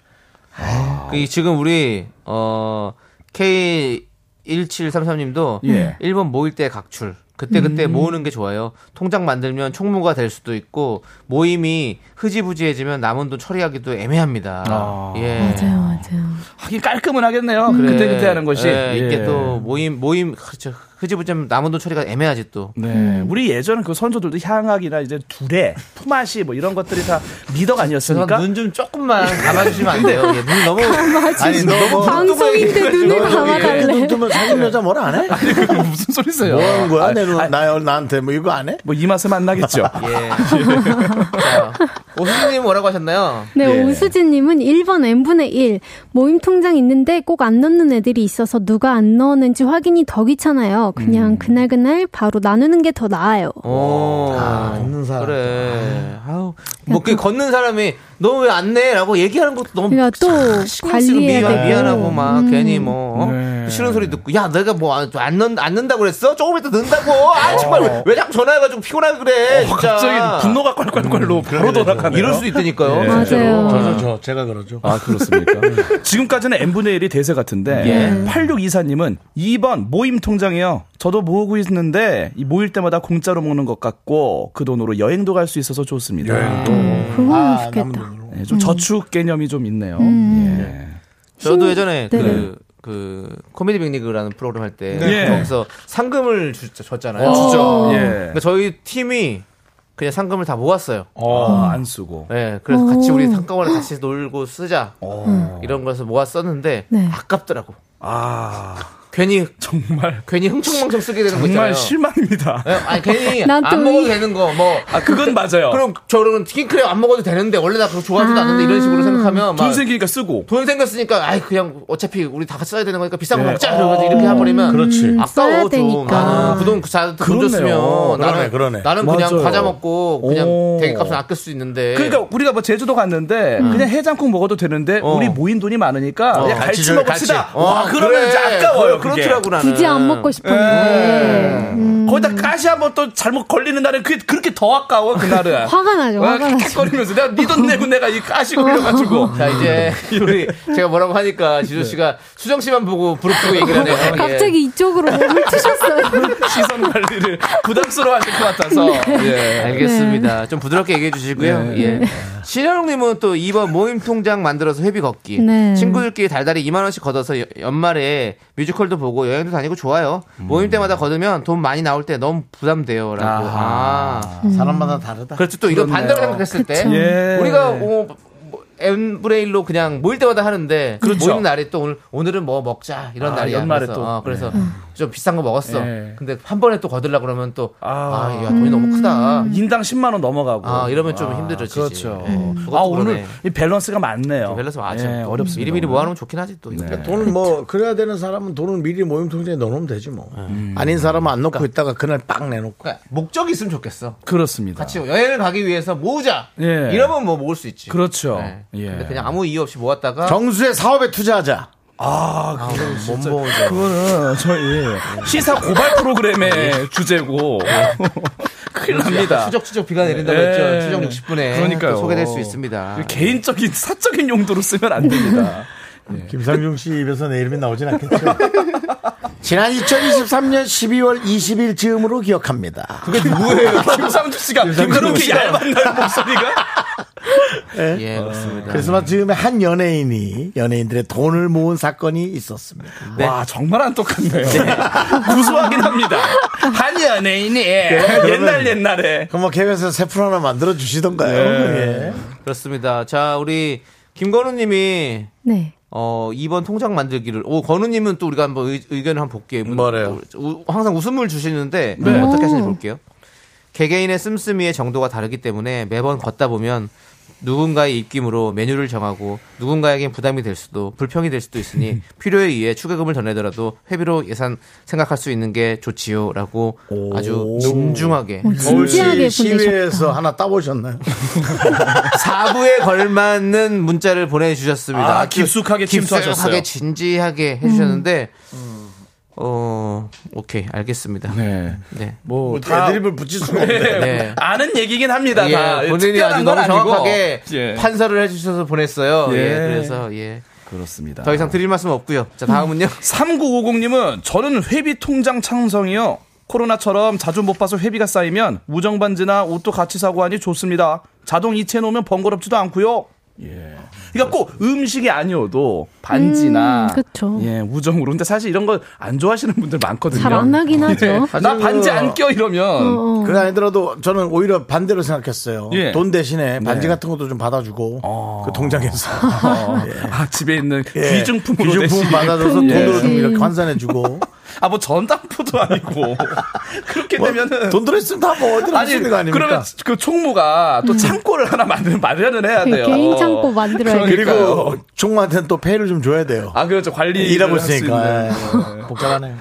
Speaker 2: 그 지금 우리 어 K 1733님도
Speaker 8: 예.
Speaker 2: 1번 모일 때 각출. 그때 그때
Speaker 7: 음.
Speaker 2: 모으는 게 좋아요. 통장 만들면 총무가 될 수도 있고 모임이 흐지부지해지면 남은 돈 처리하기도 애매합니다. 예.
Speaker 7: 맞아요, 맞아요.
Speaker 8: 하긴 깔끔은 하겠네요.
Speaker 2: 그래.
Speaker 8: 그때 그때 하는 것이
Speaker 2: 예,
Speaker 8: 예.
Speaker 2: 이게 또 모임 모임 그렇죠. 흐지부지하면 남은 돈 처리가 애매하지 또.
Speaker 8: 네, 우리 예전 그 선조들도 향악이나 이제 두레, 품앗이 뭐 이런 것들이 다 미덕 아니었습니까?
Speaker 2: 눈 좀 조금만 감아주시면 안 돼요. 예, 눈 너무 아니 너무
Speaker 7: 방송인데 눈을
Speaker 1: 이렇게
Speaker 7: 감아달래.
Speaker 1: 눈 뜨면 사진 여자 뭘 안 해?
Speaker 8: 무슨 소리세요?
Speaker 1: 뭐 하는 거야?
Speaker 8: 그러니까. 아,
Speaker 1: 내 눈,
Speaker 8: 아,
Speaker 1: 나, 나한테 뭐 이거 안 해?
Speaker 8: 뭐 이 맛은 안 나겠죠.
Speaker 2: 예. 자, 오수진님 뭐라고 하셨나요?
Speaker 7: 네, 오수진님은 1번 n분의 1. 모임 통장 있는데 꼭 안 넣는 애들이 있어서 누가 안 넣었는지 확인이 더 귀찮아요. 그냥 그날그날 바로 나누는 게 더 나아요.
Speaker 2: 어, 오,
Speaker 8: 아,
Speaker 1: 있는 사람.
Speaker 2: 아, 그래. 아우, 뭐그 걷는 사람이 너 왜 안 내라고 얘기하는 것도 너무
Speaker 7: 그러니까 또
Speaker 2: 신경 쓰고
Speaker 7: 관리해야
Speaker 2: 미안,
Speaker 7: 되고. 음.
Speaker 2: 미안하고 막 괜히 뭐 어?
Speaker 8: 네.
Speaker 2: 싫은 소리 듣고 야 내가 뭐안 넣, 안 넣는다고 그랬어? 조금 이따 넣는다고. 아 정말 왜, 왜 자꾸 전화해가지고 피곤하게 그래. 진짜.
Speaker 8: 어. 갑자기 분노가 콸콸콸로 바로 돌아가네요. 예.
Speaker 2: 이럴 수도 있다니까요.
Speaker 7: 맞아요.
Speaker 1: 저는 저, 그렇죠. 제가 그러죠.
Speaker 8: 아 그렇습니까? 예. 지금까지는 n분의 1이 대세 같은데 8624님은 2번 모임 통장이요. 저도 모으고 있는데 이 모일 때마다 공짜로 먹는 것 같고 그 돈으로 여행도 갈 수 있어서 좋습니다.
Speaker 7: 그거는
Speaker 1: 아, 남은
Speaker 7: 좋겠다.
Speaker 1: 돈으로.
Speaker 8: 네, 좀 저축 개념이 좀 있네요. 예.
Speaker 2: 저도 예전에
Speaker 7: 네.
Speaker 2: 그, 그 코미디 빅리그라는 프로그램 할 때
Speaker 8: 네.
Speaker 2: 거기서 상금을 주, 줬잖아요.
Speaker 7: 어.
Speaker 8: 예.
Speaker 2: 그러니까 저희 팀이 그냥 상금을 다 모았어요.
Speaker 8: 어, 안 쓰고.
Speaker 2: 예, 그래서 같이 우리 한꺼번에 같이 놀고 쓰자. 이런 거에서 모았었는데
Speaker 7: 네.
Speaker 2: 아깝더라고.
Speaker 8: 어. 아
Speaker 2: 괜히
Speaker 8: 정말
Speaker 2: 괜히 흥청망청 쓰게 되는 거
Speaker 8: 정말
Speaker 2: 있잖아요.
Speaker 8: 실망입니다.
Speaker 2: 예, 아니 괜히
Speaker 7: 난또
Speaker 2: 안 먹어도
Speaker 7: 이-
Speaker 2: 되는 거 뭐.
Speaker 8: 아 그건 맞아요.
Speaker 2: 그럼 저런 킹크랩 안 먹어도 되는데 원래 나 그거 좋아하지도 않는데 이런 식으로 생각하면 막
Speaker 8: 돈 생기니까 쓰고.
Speaker 2: 돈 생겼으니까 아이 그냥 어차피 우리 다 같이 써야 되는 거니까
Speaker 8: 네.
Speaker 2: 비싼 거 먹자
Speaker 8: 어.
Speaker 2: 그러고 이렇게 해버리면
Speaker 1: 그렇지.
Speaker 7: 써야
Speaker 2: 아까워 좀
Speaker 7: 되니까.
Speaker 2: 나는 그돈 그돈
Speaker 8: 그렇네요.
Speaker 2: 줬으면
Speaker 1: 그러네,
Speaker 2: 나는
Speaker 1: 그러네.
Speaker 2: 나는 그냥
Speaker 8: 맞아요.
Speaker 2: 과자 먹고
Speaker 8: 오.
Speaker 2: 그냥 대기값은 아낄 수 있는데
Speaker 8: 그러니까 우리가 뭐 제주도 갔는데 그냥 해장국 먹어도 되는데
Speaker 2: 어.
Speaker 8: 우리 모인 돈이 많으니까 그냥
Speaker 1: 같이
Speaker 8: 갈치
Speaker 1: 저기
Speaker 8: 먹읍시다.
Speaker 1: 같이.
Speaker 8: 와 그러면 이제 아까워요. 그렇게.
Speaker 2: 그렇더라고 나는
Speaker 7: 굳이 안 먹고 싶은데. 음,
Speaker 8: 거기다 가시 한번 또 잘못 걸리는 날은 그게 그렇게 더 아까워 그날은.
Speaker 7: 화가 나죠,
Speaker 8: 와,
Speaker 7: 화가 나죠. 네.
Speaker 8: 킥킥거리면서 내가 네 돈 내고 내가 이 가시 걸려가지고.
Speaker 2: 자 이제 우리 제가 뭐라고 하니까 지조 씨가 수정 씨만 보고 부럽고 얘기를 하네요.
Speaker 7: 갑자기 이쪽으로 몸을 트셨어요.
Speaker 8: 시선 관리를 부담스러워하실 것 같아서.
Speaker 7: 네.
Speaker 2: 예. 알겠습니다. 좀 부드럽게 얘기해 주시고요. 예. 신현웅님은 또 이번 모임 통장 만들어서 회비 걷기.
Speaker 7: 네.
Speaker 2: 친구들끼리 달달이 2만 원씩 걷어서 여- 연말에 뮤지컬도 보고 여행도 다니고 좋아요. 모임 때마다 걷으면 돈 많이 나올 때 너무 부담돼요라고. 아.
Speaker 1: 사람마다 다르다.
Speaker 2: 그렇죠. 또 이거 반대로 생각했을 때
Speaker 7: 그쵸.
Speaker 8: 예.
Speaker 2: 우리가 어, 엠브레일로 그냥 모일 때마다 하는데
Speaker 8: 그렇죠.
Speaker 2: 모이는 날이 또 오늘 오늘은 뭐 먹자 이런
Speaker 8: 아,
Speaker 2: 날이야.
Speaker 8: 연말에
Speaker 2: 그래서,
Speaker 8: 또.
Speaker 2: 어, 그래서 좀 비싼 거 먹었어.
Speaker 8: 예.
Speaker 2: 근데 한 번에 또 거들라 그러면 또
Speaker 8: 아.
Speaker 2: 아, 야, 돈이 너무 크다.
Speaker 8: 인당 10만 원 넘어가고.
Speaker 2: 아, 이러면 좀
Speaker 8: 음. 아,
Speaker 2: 힘들어지지.
Speaker 8: 그렇죠.
Speaker 2: 음. 그것도
Speaker 8: 아 오늘
Speaker 2: 그러네.
Speaker 8: 이 밸런스가 맞네요.
Speaker 2: 밸런스 맞아.
Speaker 8: 예, 어렵습니다. 네.
Speaker 2: 미리미리 모아놓으면 좋긴 하지 또. 그러니까
Speaker 1: 돈은 뭐 그래야 되는 사람은 돈은 미리 모임 통장에 넣어놓으면 되지 뭐.
Speaker 2: 네.
Speaker 1: 아닌 사람은 안 넣고 있다가 그날 빵 내놓고.
Speaker 2: 음. 그러니까 목적이 있으면 좋겠어.
Speaker 8: 그렇습니다.
Speaker 2: 같이 여행을 가기 위해서 모으자.
Speaker 8: 예.
Speaker 2: 이러면 뭐 모을 수 있지.
Speaker 8: 그렇죠.
Speaker 2: 네.
Speaker 8: 예.
Speaker 2: 근데 그냥 아무 이유 없이 모았다가
Speaker 1: 정수의 사업에 투자하자.
Speaker 8: 아,
Speaker 2: 못 모으죠.
Speaker 8: 그거는 저희 시사 고발
Speaker 2: 아, 예.
Speaker 8: 프로그램의 주제고.
Speaker 2: 네.
Speaker 8: 큰일 납니다.
Speaker 2: 추적 추적 비가 내린다고
Speaker 8: 예.
Speaker 2: 했죠. 추적 60분에
Speaker 8: 그러니까요.
Speaker 2: 소개될 수 있습니다.
Speaker 8: 개인적인 사적인 용도로 쓰면 안 됩니다.
Speaker 1: 김상중 씨 입에서 내 이름이 나오진 않겠죠. 지난 2023년 12월 20일 즈음으로 기억합니다.
Speaker 8: 그게 누구예요? 김상주 그 씨가
Speaker 1: 김상주
Speaker 8: 그렇게
Speaker 1: 씨가.
Speaker 8: 얇은 날 목소리가
Speaker 2: 예, 그렇습니다.
Speaker 1: 크리스마스쯤에 한 연예인이 연예인들의 돈을 모은 사건이 있었습니다.
Speaker 2: 네.
Speaker 8: 와 아, 정말 안 똑같네요. 구수하긴 합니다. 한 연예인이
Speaker 2: 네,
Speaker 8: 옛날 옛날에
Speaker 1: 그럼 뭐 KBS에서 세풀 하나 만들어 주시던가요? 예.
Speaker 2: 그렇습니다. 자, 우리 김건우님이
Speaker 7: 네.
Speaker 2: 어 2번 통장 만들기를. 오 건우님은 또 우리가 한번 의, 견을 한번 볼게요.
Speaker 1: 뭐래요?
Speaker 2: 우- 항상 웃음을 주시는데 어떻게 하시는지 볼게요. 개개인의 씀씀이의 정도가 다르기 때문에 매번 걷다 보면 누군가의 입김으로 메뉴를 정하고 누군가에겐 부담이 될 수도 불평이 될 수도 있으니 필요에 의해 추가금을 더 내더라도 회비로 예산 생각할 수 있는 게 좋지요라고 아주 진중하게
Speaker 7: 어, 진지하게 보내셨다.
Speaker 1: 시위에서 하나 따보셨나요?
Speaker 2: 4부에 걸맞는 문자를 보내주셨습니다.
Speaker 8: 아, 깊숙하게
Speaker 2: 그 깊숙하게
Speaker 8: 침투하셨어요.
Speaker 2: 진지하게 해주셨는데, 어, 오케이, 알겠습니다. 네.
Speaker 3: 네.
Speaker 1: 뭐 애드립을 붙일 수가 없네.
Speaker 2: 네.
Speaker 8: 아는 얘기긴 합니다. 다
Speaker 2: 예, 본인이 아주
Speaker 8: 특별한
Speaker 2: 너무
Speaker 8: 건 아니고.
Speaker 2: 정확하게
Speaker 8: 예.
Speaker 2: 판서를 해주셔서 보냈어요. 예, 그래서, 예.
Speaker 8: 그렇습니다.
Speaker 2: 더 이상 드릴 말씀 없고요 자, 다음은요.
Speaker 8: 3950님은 저는 회비 통장 창성이요. 코로나처럼 자주 못 봐서 회비가 쌓이면 우정 반지나 옷도 같이 사고 하니 좋습니다. 자동 이체 놓으면 번거롭지도 않고요. 예. 그러니까 꼭 음식이 아니어도 반지나
Speaker 7: 음, 그쵸.
Speaker 8: 예 우정으로. 근데 사실 이런 거 안 좋아하시는 분들 많거든요.
Speaker 7: 잘 안 하긴 하죠. 네,
Speaker 8: 나 반지 안 껴
Speaker 7: 어,
Speaker 8: 이러면
Speaker 7: 어.
Speaker 1: 그게 아니더라도 저는 오히려 반대로 생각했어요.
Speaker 8: 예.
Speaker 1: 돈 대신에 반지 같은 것도 좀 받아주고 그 통장에서
Speaker 8: 아, 집에 있는
Speaker 1: 예.
Speaker 8: 귀중품으로
Speaker 1: 귀중품
Speaker 8: 대신.
Speaker 1: 받아줘서
Speaker 7: 예.
Speaker 1: 돈으로 좀
Speaker 7: 음.
Speaker 1: 이렇게 환산해주고
Speaker 8: 아뭐 전당포도 아니고 그렇게
Speaker 1: 뭐
Speaker 8: 되면은
Speaker 1: 돈 들어있으면 다뭐 어디로 할수 있는 거 아닙니까?
Speaker 8: 그러면 그 총무가 또 창고를 하나 만들 마련을 해야 돼요.
Speaker 7: 개인 창고 만들어야
Speaker 8: 그러니까요.
Speaker 1: 그리고 총무한테는 또 페이를 좀 줘야 돼요.
Speaker 8: 아 그렇죠 관리
Speaker 1: 일하고 있으니까 예. 복잡하네요.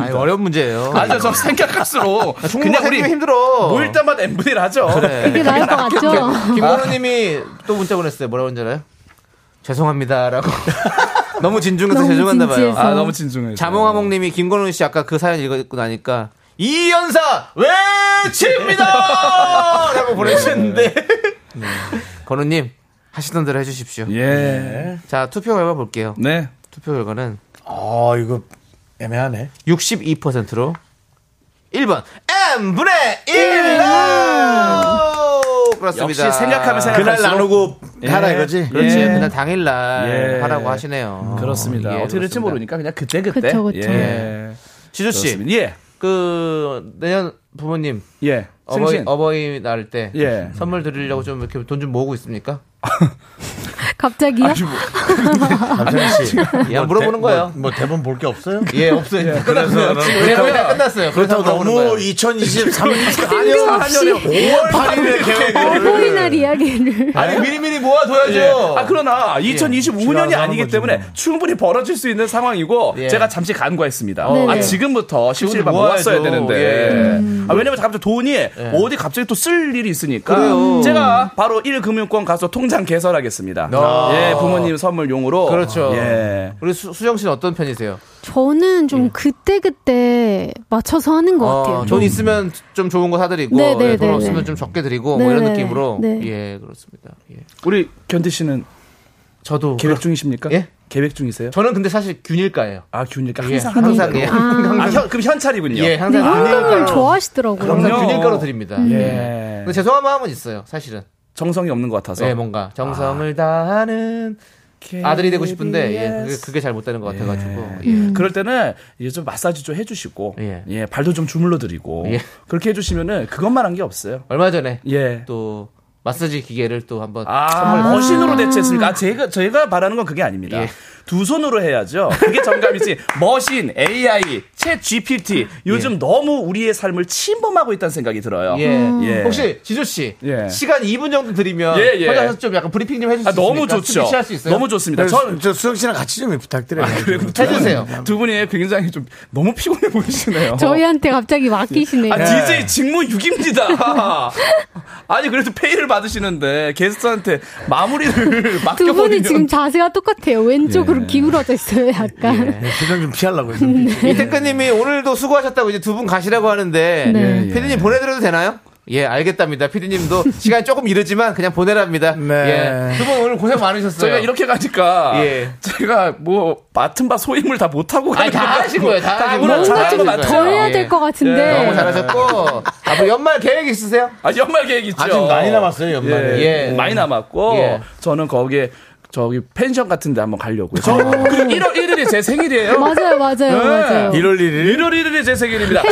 Speaker 2: 아, 어려운 문제요. 아,
Speaker 8: 아저 저 아, 생각할수록
Speaker 2: 그냥
Speaker 8: 그냥
Speaker 2: 생기
Speaker 8: 우리
Speaker 2: 힘들어.
Speaker 8: 모일 때마다 MV를 하죠.
Speaker 7: 그게 나을 것 같죠?
Speaker 2: 김건우님이 또 문자 보냈어요. 뭐라고 그러는지 알아요? 죄송합니다라고. 너무 진중해서
Speaker 7: 너무
Speaker 2: 죄송한다 봐요.
Speaker 7: 진지해서.
Speaker 8: 아 너무 진중해요.
Speaker 2: 자몽아몽님이 김건우 씨 아까 그 사연 읽고 나니까 이 연사 외칩니다!
Speaker 8: 네,
Speaker 2: 라고 보내주셨는데 네. 건우님 하시던 대로 해주십시오.
Speaker 8: 예.
Speaker 2: 자 투표 결과 볼게요.
Speaker 8: 네.
Speaker 2: 투표 결과는
Speaker 1: 아 이거 애매하네.
Speaker 2: 62%로 1번 M 분의 1로 그렇습니다.
Speaker 8: 역시 생각하면 생각-
Speaker 1: 그날 나누고 하라
Speaker 8: 예.
Speaker 1: 이거지.
Speaker 2: 그렇지
Speaker 8: 예.
Speaker 2: 그날 당일날
Speaker 8: 예.
Speaker 2: 하라고 하시네요.
Speaker 8: 아, 그렇습니다.
Speaker 2: 예,
Speaker 8: 어떻게 될지
Speaker 2: 그렇습니다.
Speaker 8: 모르니까 그냥 그때 그때.
Speaker 7: 그쵸, 그쵸.
Speaker 8: 예.
Speaker 2: 지조 씨,
Speaker 8: 그렇습니다. 예.
Speaker 2: 그 내년 부모님
Speaker 8: 예.
Speaker 2: 어버이
Speaker 8: 승신.
Speaker 2: 어버이 날 때
Speaker 8: 예.
Speaker 2: 선물 드리려고 좀 이렇게 돈 좀 모으고 있습니까?
Speaker 7: 갑자기요?
Speaker 1: 남창희 씨.
Speaker 2: 그냥 물어보는
Speaker 1: 뭐,
Speaker 2: 거예요.
Speaker 1: 뭐 대본 볼 게 없어요?
Speaker 2: 예, 없어요. 끝났어요. 왜 거의 다 끝났어요.
Speaker 1: 그렇다고
Speaker 2: 그렇다고 물어보는
Speaker 1: 너무
Speaker 2: 거예요.
Speaker 1: 2023년
Speaker 7: 뜬금없이
Speaker 1: 5월 8일에 계획을
Speaker 7: 어버이날 이야기를.
Speaker 2: 아니 미리미리 모아둬야죠.
Speaker 8: 아 그러나
Speaker 2: 예.
Speaker 8: 2025년이
Speaker 1: 지나서 하는
Speaker 8: 아니기
Speaker 1: 거지
Speaker 8: 때문에
Speaker 1: 뭐.
Speaker 8: 충분히 벌어질 수 있는 상황이고
Speaker 2: 예.
Speaker 8: 제가 잠시 간과했습니다.
Speaker 7: 네네.
Speaker 8: 아 지금부터 실질만
Speaker 2: 모아야죠.
Speaker 8: 모았어야 되는데
Speaker 2: 예.
Speaker 8: 아, 왜냐면 갑자기 돈이 어디 갑자기 또 쓸 일이 있으니까
Speaker 2: 그래요.
Speaker 8: 제가 바로 1금융권 가서 통장 개설하겠습니다.
Speaker 2: 아.
Speaker 8: 예 부모님 선물용으로
Speaker 2: 그렇죠.
Speaker 8: 예.
Speaker 2: 우리 수, 수정 씨는 어떤 편이세요?
Speaker 7: 저는
Speaker 2: 예.
Speaker 7: 좀 그때그때 맞춰서 하는 것 같아요.
Speaker 2: 어, 돈 있으면 좀 좋은 거 사드리고
Speaker 7: 네, 네,
Speaker 2: 예, 돈
Speaker 7: 네,
Speaker 2: 없으면
Speaker 7: 네.
Speaker 2: 좀 적게 드리고 뭐 이런
Speaker 7: 네,
Speaker 2: 느낌으로
Speaker 7: 네.
Speaker 2: 예 그렇습니다. 예.
Speaker 8: 우리 견디 씨는
Speaker 2: 저도
Speaker 8: 계획 중이십니까?
Speaker 2: 예?
Speaker 8: 계획 중이세요?
Speaker 2: 저는 근데 사실 균일가예요.
Speaker 8: 아 균일까
Speaker 2: 예,
Speaker 8: 항상 하는
Speaker 2: 항상 예.
Speaker 8: 아,
Speaker 2: 항상
Speaker 8: 현- 그럼 현찰이군요.
Speaker 2: 예,
Speaker 7: 근데
Speaker 2: 항상
Speaker 7: 현금을
Speaker 2: 균일가로-
Speaker 7: 좋아하시더라고요.
Speaker 2: 항상
Speaker 8: 그럼요.
Speaker 2: 균일가로 드립니다.
Speaker 8: 예.
Speaker 2: 근데 죄송한 마음은 있어요, 사실은.
Speaker 8: 정성이 없는 것 같아서.
Speaker 2: 네, 뭔가
Speaker 8: 아.
Speaker 2: 정성을 다하는 아들이 되고 싶은데 예, 그게, 그게 잘 못되는 것 같아가지고 예.
Speaker 8: 그럴 때는 이제 좀 마사지 좀 해주시고
Speaker 2: 예.
Speaker 8: 예, 발도 좀 주물러 드리고
Speaker 2: 예.
Speaker 8: 그렇게 해주시면은 그것만 한 게 없어요.
Speaker 2: 얼마 전에
Speaker 8: 예.
Speaker 2: 또 마사지 기계를 또 한번
Speaker 8: 아, 뭘 머신으로 대체했습니까? 아, 제가 저희가 바라는 건 그게 아닙니다.
Speaker 2: 예.
Speaker 8: 두 손으로 해야죠. 그게 정답이지. 머신, AI, 챗 GPT 요즘 너무 우리의 삶을 침범하고 있다는 생각이 들어요.
Speaker 2: 예.
Speaker 8: 예.
Speaker 2: 혹시 지조 씨
Speaker 8: 예.
Speaker 2: 시간 2분 정도 드리면
Speaker 8: 예, 예.
Speaker 2: 혼자서 좀 약간 브리핑 좀 해주실
Speaker 8: 아,
Speaker 2: 수
Speaker 8: 너무
Speaker 2: 있습니까?
Speaker 8: 좋죠.
Speaker 2: 스피치 할수 있어요?
Speaker 8: 너무 좋습니다.
Speaker 1: 저,
Speaker 8: 저는
Speaker 1: 저 수영 씨랑 같이 좀 부탁드려요.
Speaker 2: 해주세요.
Speaker 8: 두 분이 굉장히 좀 너무 피곤해 보이시네요.
Speaker 7: 저희한테 갑자기 맡기시네요.
Speaker 8: 아,
Speaker 2: 예.
Speaker 8: DJ 직무 6입니다. 아니, 그래도 페이를 받으시는데, 게스트한테 마무리를
Speaker 7: 두 분이
Speaker 8: 맡겨버리면.
Speaker 7: 지금 자세가 똑같아요.
Speaker 2: 예.
Speaker 7: 왼쪽으로 기울어져 있어요, 약간.
Speaker 1: 네, 수정 좀 피하려고 했는데.
Speaker 8: 음.
Speaker 2: 이태근님이 오늘도 수고하셨다고 이제 두 분 가시라고 하는데
Speaker 7: 네.
Speaker 8: 예,
Speaker 2: 피디님 보내드려도 되나요? 예, 알겠답니다. 피디님도 시간이 조금 이르지만 그냥 보내랍니다.
Speaker 1: 네.
Speaker 2: 예. 두 분 오늘 고생 많으셨어요.
Speaker 8: 저희가 이렇게 가니까
Speaker 2: 예.
Speaker 8: 제가 뭐 맡은 바 소임을 다 못하고
Speaker 2: 아니, 다
Speaker 8: 가는
Speaker 2: 하신 거예요. 다
Speaker 8: 다
Speaker 2: 하신
Speaker 8: 오늘
Speaker 2: 거예요.
Speaker 8: 잘하신
Speaker 2: 다
Speaker 8: 것
Speaker 2: 하신
Speaker 8: 같아요.
Speaker 7: 더
Speaker 2: 거예요.
Speaker 7: 해야
Speaker 2: 예.
Speaker 7: 될 것
Speaker 8: 예,
Speaker 7: 같은데.
Speaker 2: 너무
Speaker 8: 네.
Speaker 2: 잘하셨고 앞으로 연말 계획 있으세요?
Speaker 8: 아, 연말 계획 있죠.
Speaker 1: 아직 많이 남았어요, 연말에.
Speaker 8: 예,
Speaker 2: 예.
Speaker 8: 많이 남았고
Speaker 2: 예.
Speaker 8: 저는 거기에 저기 펜션 같은 데 한번 가려고요. 저 1월 1일이 제 생일이에요.
Speaker 7: 맞아요,
Speaker 2: 예.
Speaker 7: 맞아요, 맞아요.
Speaker 1: 1월 1일?
Speaker 8: 1월 1일이 제 생일입니다.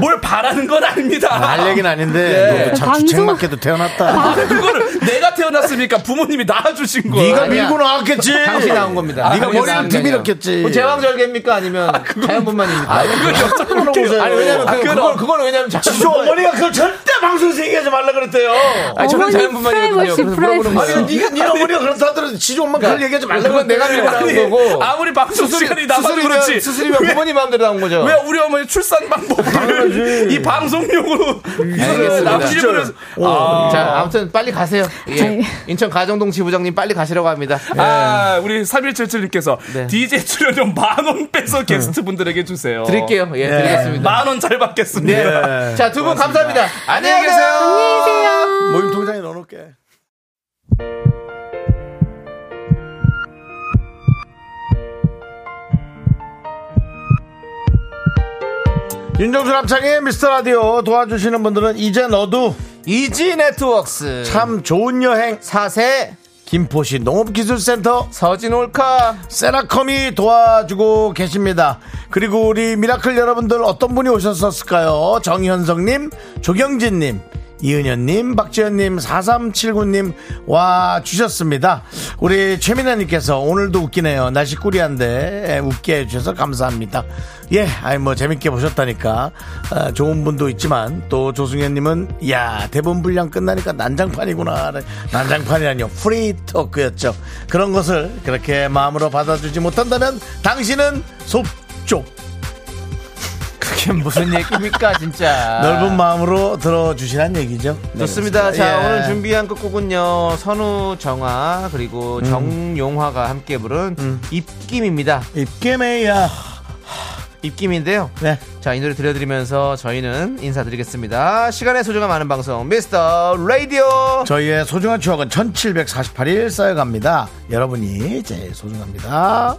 Speaker 8: 뭘 바라는 건 아닙니다.
Speaker 1: 알 얘기는 아닌데,
Speaker 7: 예.
Speaker 1: 너도 참
Speaker 7: 방송-
Speaker 1: 주책맞게도 태어났다.
Speaker 8: 그거를 내가 태어났으니까 부모님이 낳아주신 거예요.
Speaker 1: 네가
Speaker 2: 아니야.
Speaker 1: 밀고 나왔겠지.
Speaker 2: 당신이 나온 겁니다.
Speaker 1: 네가
Speaker 2: 당신이
Speaker 1: 머리를
Speaker 2: 나온 게 아니라.
Speaker 1: 뒤밀었겠지.
Speaker 2: 그거 뭐 제왕절개입니까? 예. 아니면 자연분만입니까? 아,
Speaker 1: 그걸 보세요.
Speaker 2: 아니, 왜냐면 그,
Speaker 8: 그럼.
Speaker 2: 그걸, 그걸 왜냐면
Speaker 1: 지조
Speaker 2: 자연분만.
Speaker 1: 어머니가 그걸 절대 방송에서 얘기하지 말라 그랬대요.
Speaker 2: 아니, 저는
Speaker 7: 어머니
Speaker 2: 자연분만이거든요.
Speaker 7: 프라이버시,
Speaker 2: 그래서 물어보는
Speaker 7: 프라이버시.
Speaker 2: 거예요.
Speaker 1: 아니, 네가 네 어머니가 그렇다 하더라도 지조 엄마 그걸 얘기하지 말라
Speaker 2: 그건
Speaker 1: 그러니까 그랬대.
Speaker 2: 내가 밀고 나온 거고.
Speaker 8: 아무리 방송 시간이 남아도 그렇지.
Speaker 2: 수술이면 부모님 마음대로 나온 거죠.
Speaker 8: 왜 우리 어머니 출산 방법을 이 방송용으로 이거를
Speaker 2: 알겠습니다.
Speaker 8: 남기려고
Speaker 2: 자, 아무튼 빨리 가세요. 예.
Speaker 7: 네.
Speaker 2: 인천 가정동 지부장님 빨리 가시라고 합니다.
Speaker 8: 아, 우리 3177님께서
Speaker 2: 네.
Speaker 8: DJ 출연료 만원 빼서 게스트분들에게 주세요.
Speaker 2: 드릴게요. 예, 드리겠습니다. 네.
Speaker 8: 만원 잘 받겠습니다.
Speaker 1: 예.
Speaker 2: 자, 두 분 감사합니다. 안녕히 계세요.
Speaker 1: 모임 통장에 넣어놓을게. 윤정수 남창의 미스터 라디오 도와주시는 분들은 이제 너도
Speaker 2: 이지 네트워크스.
Speaker 1: 참 좋은 여행
Speaker 2: 사세
Speaker 1: 김포시 농업기술센터
Speaker 2: 서진 올카.
Speaker 1: 세라컴이 도와주고 계십니다. 그리고 우리 미라클 여러분들 어떤 분이 오셨었을까요? 정현성님, 조경진님, 이은현님, 박지현님, 4379님 와 주셨습니다. 우리 최민아님께서 오늘도 웃기네요. 날씨 꾸리한데 에, 웃게 해주셔서 감사합니다. 예, 아니 뭐 재밌게 보셨다니까 아, 좋은 분도 있지만 또 조승현님은 이야 대본 분량 끝나니까 난장판이구나 난장판이라니요 프리토크였죠. 그런 것을 그렇게 마음으로 받아주지 못한다면 당신은 속쪽
Speaker 2: 그게 무슨 얘기입니까, 진짜. 네.
Speaker 1: 넓은 마음으로 들어주시란 얘기죠.
Speaker 2: 아. 좋습니다. 자,
Speaker 1: 예.
Speaker 2: 오늘 준비한 끝곡은요. 선우 정아 그리고 정용화가 함께 부른 입김입니다.
Speaker 1: 입김에야
Speaker 2: 입김인데요.
Speaker 1: 네.
Speaker 2: 자, 이 노래 들려드리면서 저희는 인사드리겠습니다. 시간의 소중함 아는 방송 미스터 라디오.
Speaker 1: 저희의 소중한 추억은 1748일 쌓여갑니다. 여러분이 제일 소중합니다.